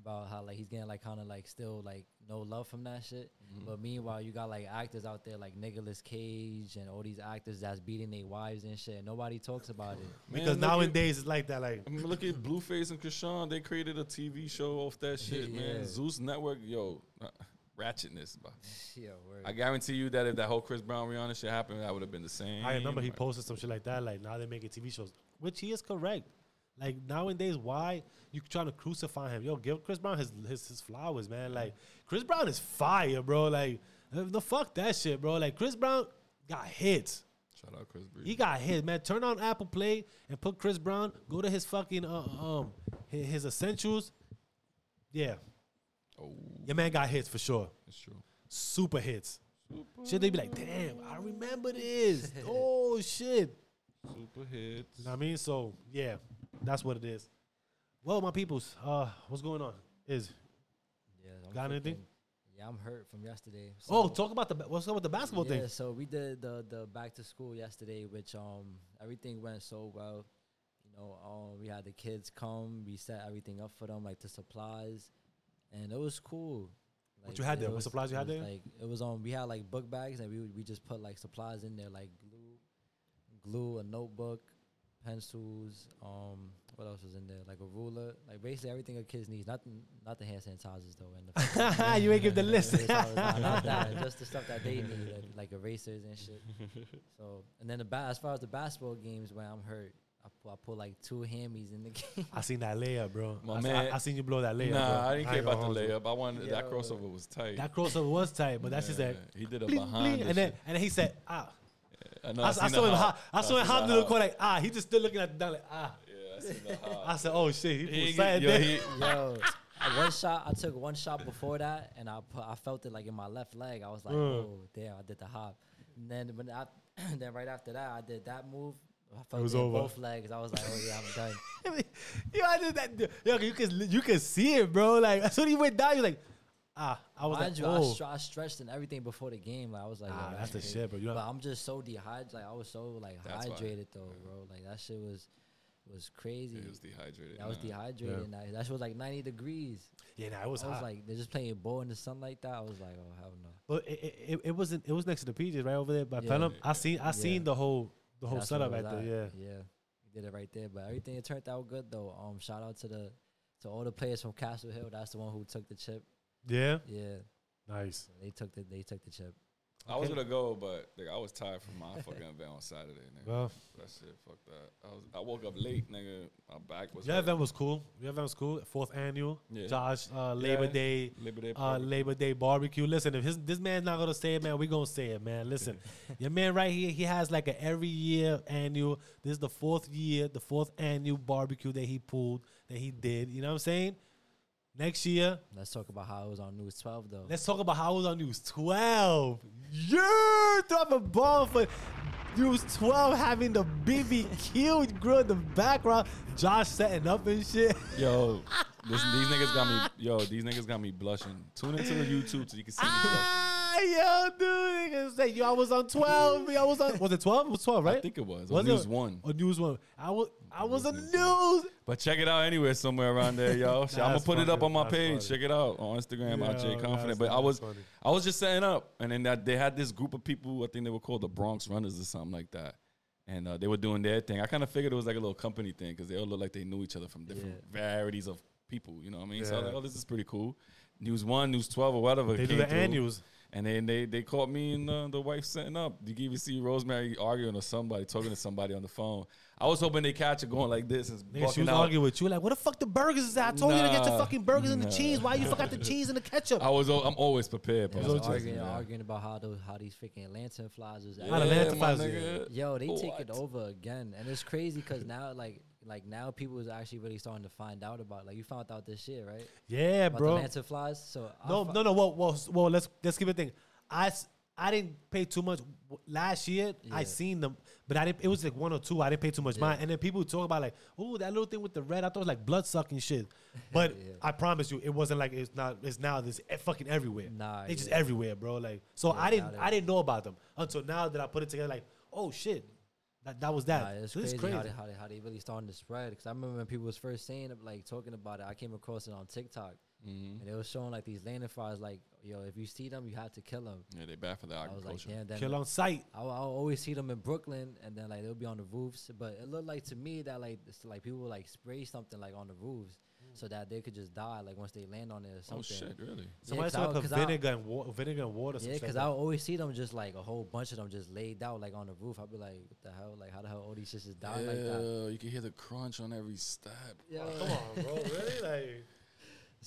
B: about how like he's getting like kind of like still like no love from that shit.
A: Mm-hmm.
B: But meanwhile, you got like actors out there like Nicolas Cage and all these actors that's beating their wives and shit. Nobody talks about it.
A: because
C: Man, look at-
A: nowadays it's like that. Like,
C: I mean, look at Blueface and Krishan. They created a TV show off that shit,
B: Yeah.
C: man. Zeus Network, yo. uh, ratchetness. bro.
B: Yeah, word.
C: I guarantee you that if that whole Chris Brown Rihanna shit happened, that would have been the same.
A: I remember he
C: bro.
A: posted some shit like that. Like now they're making TV shows, which he is correct. Like nowadays, why you trying to crucify him? Yo, give Chris Brown his his, his flowers, man. Like Chris Brown is fire, bro. Like the fuck that shit, bro. Like Chris Brown got hits.
C: Shout out Chris Brown.
A: He got hit, man. Turn on Apple Play and put Chris Brown. Go to his fucking uh, um his, his essentials. Yeah,
C: oh,
A: your man got hits for sure.
C: that's true.
A: Super hits. Shit, they be like, damn, I remember this. oh shit.
C: Super hits.
A: You know what I mean? So yeah, that's what it is. Well, my peoples, uh, what's going on? Is
B: yeah, I'm
A: got
B: hurt
A: anything?
B: from- yeah, I'm hurt from yesterday.
A: oh,
B: so-
A: talk about the ba- what's up with the basketball
B: yeah,
A: thing?
B: so we did the the back to school yesterday, which um everything went so well. You know, um we had the kids come, we set everything up for them, like the supplies, and it was cool.
A: What you had
B: it
A: there? What
B: was-
A: supplies you
B: it
A: had
B: was
A: there?
B: Like it was um we had like book bags and we we just put like supplies in there like glue, glue a notebook, pencils. Um, what else was in there? Like a ruler, like basically everything a kid needs. Nothing, not the hand sanitizers though. And the
A: you ain't give the list.
B: so it's all- not, not that, just the stuff that they need, like, like erasers and shit. So, and then the ba- as far as the basketball games, when I'm hurt, I pull, I pull like two hammies in the game.
A: I seen that layup, bro.
C: My
A: I, s- I-
C: man-
A: I, seen you blow that layup.
C: Nah,
A: bro.
C: I didn't
A: ain't
C: care about
A: gonna
C: the
A: hold you.
C: layup. I wanted that
B: Yo.
C: crossover was tight.
A: That crossover was tight, but that's just that.
C: he did a
A: bling,
C: behind
A: bling,
C: the
A: and then
C: shit.
A: and then he said, ah.
C: I, know,
A: I, I
C: seen the
A: saw him.
C: hop.
A: hop- I saw him
C: seen
A: hop in
C: the
A: the
C: hop.
A: corner like ah. He just still looking at the down like ah.
C: Yeah, I seen the hop.
A: I said oh shit. He
C: He-
A: pulled
C: he-
A: sad
C: yo,
A: there.
C: he-
B: Yo, I- one shot, I took one shot before that, and I put, I felt it like in my left leg. I was like, oh damn, I did the hop. And then when I, then right after that, I did that move. I felt it
A: was
B: in
A: over.
B: both legs. I was like, oh yeah, I'm done.
A: yo, I did that. Yo, you can you can see it, bro. Like as soon as he went down, you're like ah. I was
B: Mind
A: like
B: you, I,
A: oh.
B: stre- I stretched and everything before the game. Like I was like, yo,
A: Ah, that's the
B: crazy.
A: shit, bro. You know-
B: but I'm just so dehydrated. Like I was so like
C: That's why.
B: hydrated though, bro. Like that shit was was crazy.
C: He was dehydrated.
B: I was
C: nah.
B: dehydrated. and I- that shit was like 90 degrees.
A: Yeah, nah, it was
B: I was
A: hot.
B: like, they're just playing ball in the sun like that. I was like, oh hell no.
A: But it, it, it, it wasn't. It was next to the PJs, right over there by
B: Yeah.
A: Plenum. I seen. I
B: Yeah.
A: seen the whole the whole
B: That's where
A: setup
B: it
A: right there.
B: was
A: Yeah.
B: at. yeah. We did it right there. But everything it turned out good though. Um, shout out to the to all the players from Castle Hill. That's the one who took the chip.
A: yeah,
B: Yeah,
A: Nice.
B: they took the they took the chip.
C: I was
A: Okay.
C: gonna go, but like, I was tired from my fucking event on Saturday. Nigga.
A: Well,
C: that shit, fuck that. I was, I woke up late, nigga. My back was.
A: your
C: hurt.
A: event was cool. Your event was cool. Fourth annual.
C: Yeah.
A: Josh uh, Labor
C: Yeah.
A: Day.
C: Labor Day
A: Uh,
C: party.
A: Labor Day barbecue. Listen, if his, this man's not gonna say it, man, we gonna say it, man. Listen, your man right here, he has like a every year annual. This is the fourth year, the fourth annual barbecue that he pulled, that he did. You know what I'm saying? Next year,
B: Let's talk about how it was on News 12 though.
A: Let's talk about how it was on News 12. Yeah, drop a ball for News 12 having the BBQ grill in the background. Josh setting up and shit.
C: Yo, this, these niggas got me. Yo, these niggas got me blushing. Tune into the YouTube so you can see. me blush.
A: Ah, yo, dude, nigga say, yo, I was on 12. Yo, I was on, was it 12? It was 12, right?
C: I think it was, on News 1.
A: On News 1. I was, I was on News.
C: But check it out anywhere somewhere around there, yo. I'm gonna
A: That's
C: put it up
A: funny.
C: on my
A: That's
C: page.
A: funny.
C: Check it out on Instagram. out Jay
A: Yo, that's
C: Confident. But I was,
E: funny.
C: I was just setting up, and then that they had this group of people. I think they were called the Bronx Runners or something like that. And uh, they were doing their thing. I kind of figured it was like a little company thing because they all looked like they knew each other from different varieties of people. You know what I mean? So I was like,
E: Yeah.
C: oh, this is pretty cool. News one, news twelve, or whatever.
A: They do
C: came
A: the
C: through.
A: annuals.
C: And then they, they caught me and uh, the wife setting up. You can even see Rosemary arguing or somebody talking to somebody on the phone. I was hoping they catch her going like this and
A: Nigga, she
C: walking
A: was
C: out.
A: arguing with you, like, what the fuck the burgers is at? I told you to get
C: Nah.
A: your fucking burgers and the
C: Nah.
A: cheese. Why you forgot the cheese and the ketchup?
C: I was al- I'm always prepared.
B: They
C: Bro.
B: was arguing, arguing about how those how these freaking lantern flies was.
A: How the
C: Yeah,
A: Atlanta
C: my
A: Flyers
C: nigga.
B: Yo, they take it
C: What?
B: over again, and it's crazy because now like like now people is actually really starting to find out about like you found out this shit right
A: yeah,
B: about
A: bro.
B: the lantern flies. So I
A: No,
B: fi-
A: no, no. Well, well, s- well. Let's let's keep it thing. I s- I didn't pay too much W- last year. I
B: Yeah.
A: seen them, but I didn't. It was like one or two. I didn't pay too much
B: Yeah.
A: mind. And then people would talk about like, oh, that little thing with the red. I thought it was like blood sucking shit. But
B: Yeah.
A: I promise you, it wasn't like it's not. It's now. This e- fucking everywhere.
B: Nah,
A: they just
B: yeah.
A: everywhere, bro. Like so,
B: Yeah,
A: I didn't.
B: now they-
A: I didn't know about them until now that I put it together. Like, oh shit, that that was that.
B: Nah, it's
A: So this
B: crazy,
A: is
B: How, they, how, they, how they really starting to spread. Because I remember when people was first saying it, like talking about it, I came across it on TikTok,
C: Mm-hmm.
B: and they was showing like these landing flies, like yo, if you see them, you have to kill them.
C: Yeah, they bad for the
B: I was like,
C: agriculture.
B: damn, that
A: Kill on sight.
B: I will always see them in Brooklyn, and then like they'll be on the roofs. But it looked like to me that like it's, like people would, like spray something like on the roofs. so that they could just die like once they land on it or something.
C: Oh shit, really?
A: Somebody
B: 'cause
A: said
B: I-
A: like a
B: 'cause I-
A: vinegar and, wa- vinegar and water.
B: Yeah, because I would always see them just like a whole bunch of them just laid out like on the roof. I'd be like, what the hell? Like, how the hell all these shits just died like that?
C: you can hear the crunch on every step.
B: Yeah,
E: Come on, bro. Really? Like,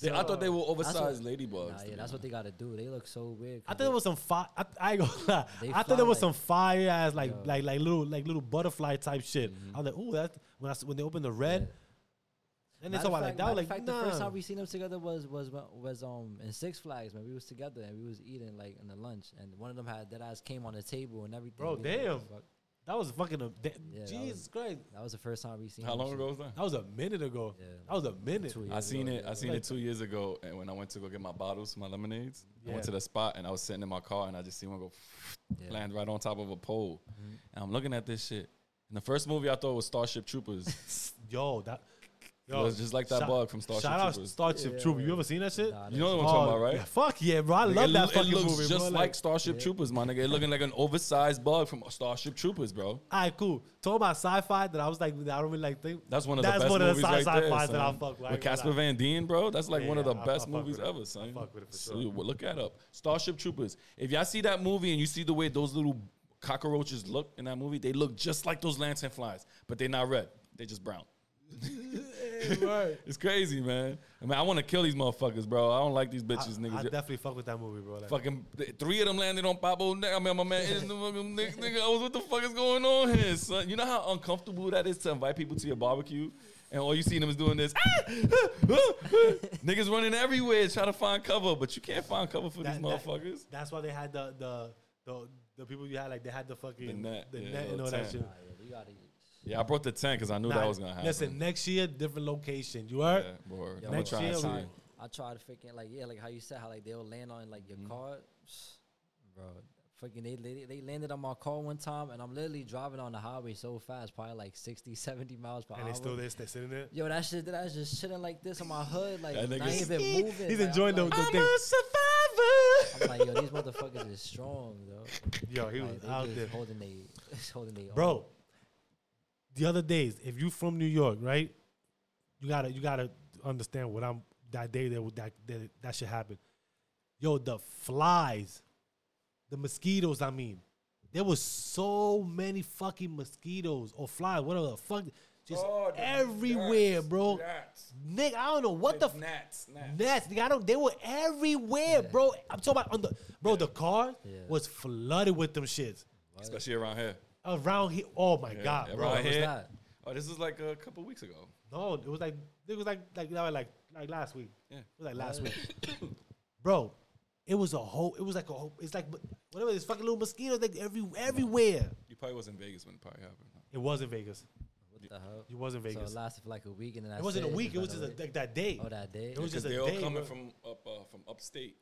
C: They- I thought they were
B: what-
C: oversized
B: nah,
C: ladybugs. to
B: yeah,
C: be
B: that's what they got to do. They look so weird. 'cause
A: I
B: they-
A: thought it was some fire. I, I ain't gonna lie.
B: They
A: I
B: fly
A: thought there was some
B: like-
A: fire ass like
B: Yo.
A: like like little like little butterfly type shit.
B: Mm-hmm.
A: I was like, ooh, that when I s- when they opened the red, and they
B: Matter
A: talk
B: of
A: about like
B: fact,
A: that. I was
B: matter
A: like,
B: of fact,
A: nah.
B: the first time we seen them together was was when- was um in Six Flags, man. We was together and we was eating like in the lunch, and one of them had that ass came on the table and everything.
A: Bro,
B: We was like,
A: damn.
B: "Fuck."
A: that was fucking. A, that,
B: Yeah, that was-
A: Jesus Christ,
B: that was the first time we seen.
C: How
B: them,
C: long
B: so-
C: ago was that?
A: that was a minute ago.
B: Yeah,
A: That was a minute.
B: two
C: I
B: years
C: seen
B: ago,
C: it.
B: yeah.
C: I seen
A: yeah.
C: it two years ago, and when I went to go get my bottles, my lemonades, I went
A: Yeah.
C: to the spot, and I was sitting in my car, and I just seen one go
B: Yeah.
C: land right on top of a pole, and I'm looking at this shit. And the first movie I thought was Starship Troopers.
A: Yo, that.
C: it was just like that
A: shout-
C: bug from Starship
A: shout out
C: Troopers.
A: Starship Trooper. You ever seen that shit?
B: Nah,
C: you know what I'm
A: Oh,
C: talking about, right?
A: yeah, fuck yeah, bro! I love
C: Nigga, it
A: that
C: loo-
A: fucking
C: It looks
A: movie,
C: just
A: bro.
C: like, Starship Troopers, my nigga. It looking like an oversized bug from Starship Troopers, bro.
A: All right, cool. Told my sci-fi that I was like, I don't really like think.
C: That's one of
A: That's
C: the best
A: one of the
C: movies
A: sci-
C: right there,
A: sci-fis that I
C: son.
A: fuck with, I
C: With
A: ain't gonna
C: Casper
A: lie.
C: Van Dien, bro. That's like one of
A: Yeah,
C: the
A: I- I
C: best
A: fuck with
C: movies
A: it.
C: ever,
A: I
C: son.
E: fuck with it for
C: So,
E: sure.
C: you- well, look that up. Starship Troopers. If y'all see that movie and you see the way those little cockroaches look in that movie, they look just like those lantern flies, but they're not red. They're just brown.
A: right.
C: It's crazy, man. I mean, I want to kill these motherfuckers, bro. I don't like these bitches,
A: I, I
C: niggas.
A: definitely fuck with that movie, bro. Like,
C: Fucking th- three of them landed on Pablo. neck. I mean, my man, is- nigga, nigga, I was what the fuck is going on here, son? You know how uncomfortable that is to invite people to your barbecue, and all you see them is doing this. "Ah! Ah! Ah! Ah!" Niggas running everywhere, trying to find cover, but you can't find cover for
A: That-
C: these
A: that-
C: motherfuckers.
A: That's why they had the the the, the people you had like they had the fucking the net,
C: net, yeah,
A: and
C: little
A: all that
C: tent.
A: shit.
B: Nah, yeah, we gotta.
C: yeah, I brought the tent because I knew that
A: Nah,
C: was gonna happen.
A: Listen, next year different location. You heard?
C: Yeah, word.
B: Yo,
C: I'm gonna
A: Next
C: try and
A: year,
C: see.
A: we-
B: tried- I tried freaking like yeah, like how you said how like they'll land on like your
C: Mm-hmm.
B: car, Psh, bro. Fucking they, they they landed on my car one time and I'm literally driving on the highway so fast, probably like 60, 70 miles per
A: And
B: hour.
A: they still there, they sitting there.
B: Yo, that shit that I was just sitting like this on my hood, like
C: That
B: not
C: nigga's-
B: even moving.
A: He's
B: like,
A: enjoying the,
B: I'm like,
A: the thing.
C: survivor.
B: I'm like, yo, these motherfuckers is strong, though.
A: Yo, he was
B: Like, they
A: out
B: just
A: there,
B: holding they, holding they. own.
A: bro. The other days, if you from New York, right? You gotta you gotta understand what I'm that day that that that, that should happen. Yo, the flies, the mosquitoes. I mean, there was so many fucking mosquitoes or flies, whatever the fuck, just
C: Oh,
A: everywhere, bro. Nick, I don't know what the f-
C: Nats,
A: Nets, nigga, I don't, they were everywhere, bro. I'm talking about on the bro. The car
B: Yeah.
A: was flooded with them shits
C: especially around here.
A: around here. Oh my
C: Yeah,
A: god, bro.
C: around
B: What was
C: here.
B: that?
C: Oh, this is like a couple weeks ago.
A: No, it was like it was like like that was like like last week.
C: Yeah.
A: It was like last week, bro. It was a whole. It was like a whole. It's like whatever. This fucking little mosquitoes like every everywhere.
C: You probably was in Vegas when it probably happened.
A: It was in Vegas.
B: What the hell?
A: It was in
B: So
A: Vegas.
B: it lasted for like a week, and then I
A: it wasn't a
B: said,
A: week. It was
B: by
A: just
B: the
A: a,
B: way-
A: like that day.
B: oh that day.
A: It was
C: Because
A: just a
C: they all
A: day.
C: coming
A: bro.
C: from up uh, from upstate.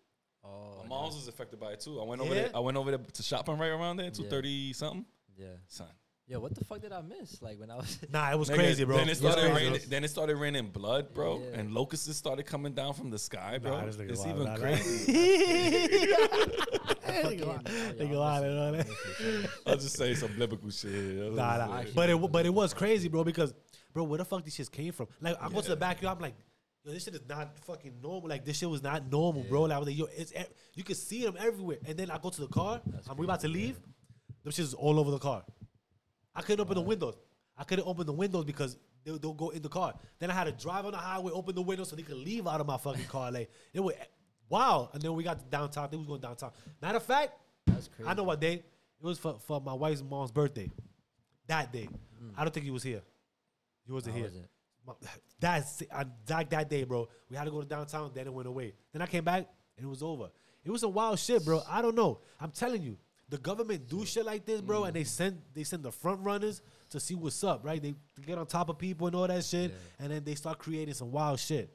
B: oh
C: My mom's was affected by it too. I went over
A: Yeah?
C: there. I went over there to shop on right around there, two thirty something.
B: yeah.
C: Son,
B: Yo, what the fuck did I miss? Like when I was
A: Nah, it was
C: Nigga,
A: crazy, bro.
C: Then it
A: It was
C: started
A: crazy.
C: raining. Then it started raining blood, bro,
B: Yeah.
C: and locusts started coming down from the sky, bro.
A: Nah, this nigga
C: it's
A: wild.
C: even
A: Nah, nah.
C: crazy.
B: fucking-
A: lie.
B: oh, yo,
A: They
B: I
A: go out
B: miss
A: and all
B: it.
A: that.
C: I'll just say some biblical shit.
A: Nah,
C: I'll just
A: nah.
C: say-
B: Actually,
A: But it wa- but it was crazy, bro. Because bro, where the fuck these shits came from? Like I go to the backyard, I'm like, yo, this shit is not fucking normal. Like this shit was not normal, bro. Like I was like, yo, it's ev- you can see them everywhere. And then I go to the car, I'm we about to leave. Them shits is all over the car. I couldn't open the windows. I couldn't open the windows because they they'll go in the car. Then I had to drive on the highway, open the window so they could leave out of my fucking car. Like it was wow. And then we got to downtown. They was going downtown. Matter of fact,
B: That's crazy.
A: I know what day. It was for, for my wife's mom's birthday. That day. I don't think he was here. He wasn't
B: I
A: here.
B: wasn't.
A: My- that's I, that, that day, bro. We had to go to downtown, then it went away. Then I came back and it was over. It was some wild shit, bro. I don't know. I'm telling you, the government do shit like this, bro, and they send they send the front runners to see what's up, right? They get on top of people and all that shit, and then they start creating some wild shit.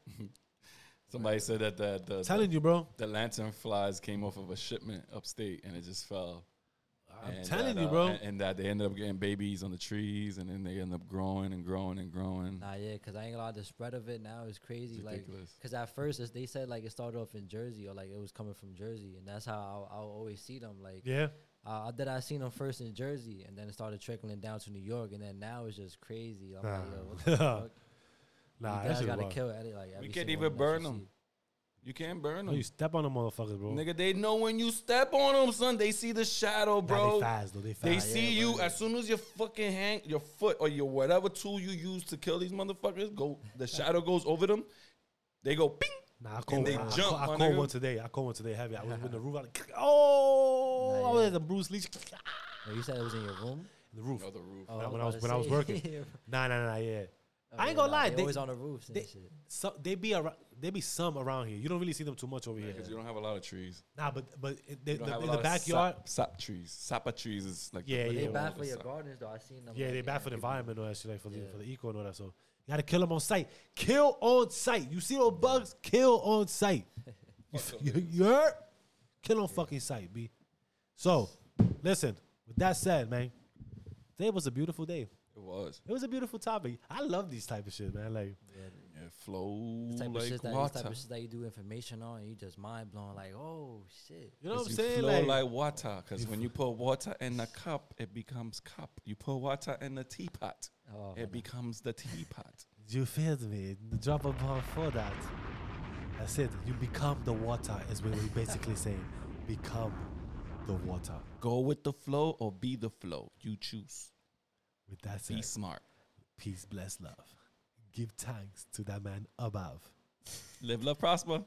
C: Somebody said that the the,
A: telling you, bro.
C: the lantern flies came off of a shipment upstate and it just fell.
A: I'm
C: And
A: telling
C: that,
A: you,
C: uh,
A: bro.
C: And, and that they ended up getting babies on the trees, and then they end up growing and growing and growing.
B: Nah, yeah, because I ain't allowed the spread of it now is crazy. Like 'cause
C: ridiculous.
B: because at first it's, they said like it started off in Jersey or like it was coming from Jersey, and that's how I'll, I'll always see them. Like
A: yeah.
B: uh, that I seen them first in Jersey, and then it started trickling down to New York, and then now it's just crazy. I'm like, yo, what the fuck?
A: Nah,
B: you
A: that
B: guys
A: shit
B: gotta
A: wild.
B: kill Eddie. Like every
C: can't
B: single
C: even
B: one that
C: burn
B: you
C: 'em.
B: see.
C: You can't burn
A: No,
C: them.
A: Oh, you step on the motherfuckers, bro.
C: Nigga, they know when you step on them, son. They see the shadow,
A: Nah,
C: bro.
A: they fast though. They fast.
C: They see you as soon as your fucking hand, your foot, or your whatever tool you use to kill these motherfuckers go. The shadow goes over them. They go ping.
A: Nah, I caught
C: they
A: one. I,
C: jump,
A: caught, I
C: my
A: caught
C: nigga.
A: one today. I caught one today heavy. I was in the roof. I was like, oh,
B: Nah,
A: I was
B: yeah.
A: at the Bruce Lee. ah,
B: Like, you said it was in your room.
A: The roof.
C: Another roof.
B: Oh,
A: Nah, when I
B: about
A: was-
B: to
A: when I was
B: say.
A: working.
B: Yeah.
A: Nah, nah, nah, nah, yeah.
B: Oh,
A: I
B: yeah,
A: ain't gonna
B: nah,
A: lie.
B: They,
A: They,
B: always on the roofs and
A: they-
B: shit.
A: some, they be around. They be some around here. You don't really see them too much over here.
C: Because you don't have a lot of trees.
A: Nah, but but it, they,
C: You don't
A: the,
C: have a
A: in
C: lot
A: the
C: of
A: backyard.
C: Sap, sap trees. Sapa trees is like.
A: Yeah,
B: But
A: yeah,
B: they
A: well,
B: bad for your gardens though. I seen them.
A: Yeah,
B: like,
A: they bad for the
B: people-
A: environment or that shit, like for the
B: Yeah.
A: for the eco and all that. So you gotta kill them on site. Kill on site. You see those bugs? Kill on site. You, f- you, you heard? Kill on fucking site, b. So listen. With that said, man, today was a beautiful day.
C: It was.
A: It was a beautiful topic. I love these type of shit, man. Like
C: Yeah, flow
B: This type, of
C: like
B: shit that, this
C: water.
B: type of shit that you do information on, and you just mind blown. Like, oh shit.
A: you know what I'm
C: 'Cause you
A: saying?
C: flow like,
A: Like,
C: water. Because when you put water in a cup, it becomes cup. You put water in a teapot,
B: Oh,
C: it becomes the teapot.
A: you fed me. Drop a bomb for that. That's it. You become the water. Is what we basically saying. Become the water.
C: Go with the flow or be the flow. You choose.
A: With that said.
C: Be smart.
A: peace, bless, love. Give thanks to that man above.
C: Live, love, prosper.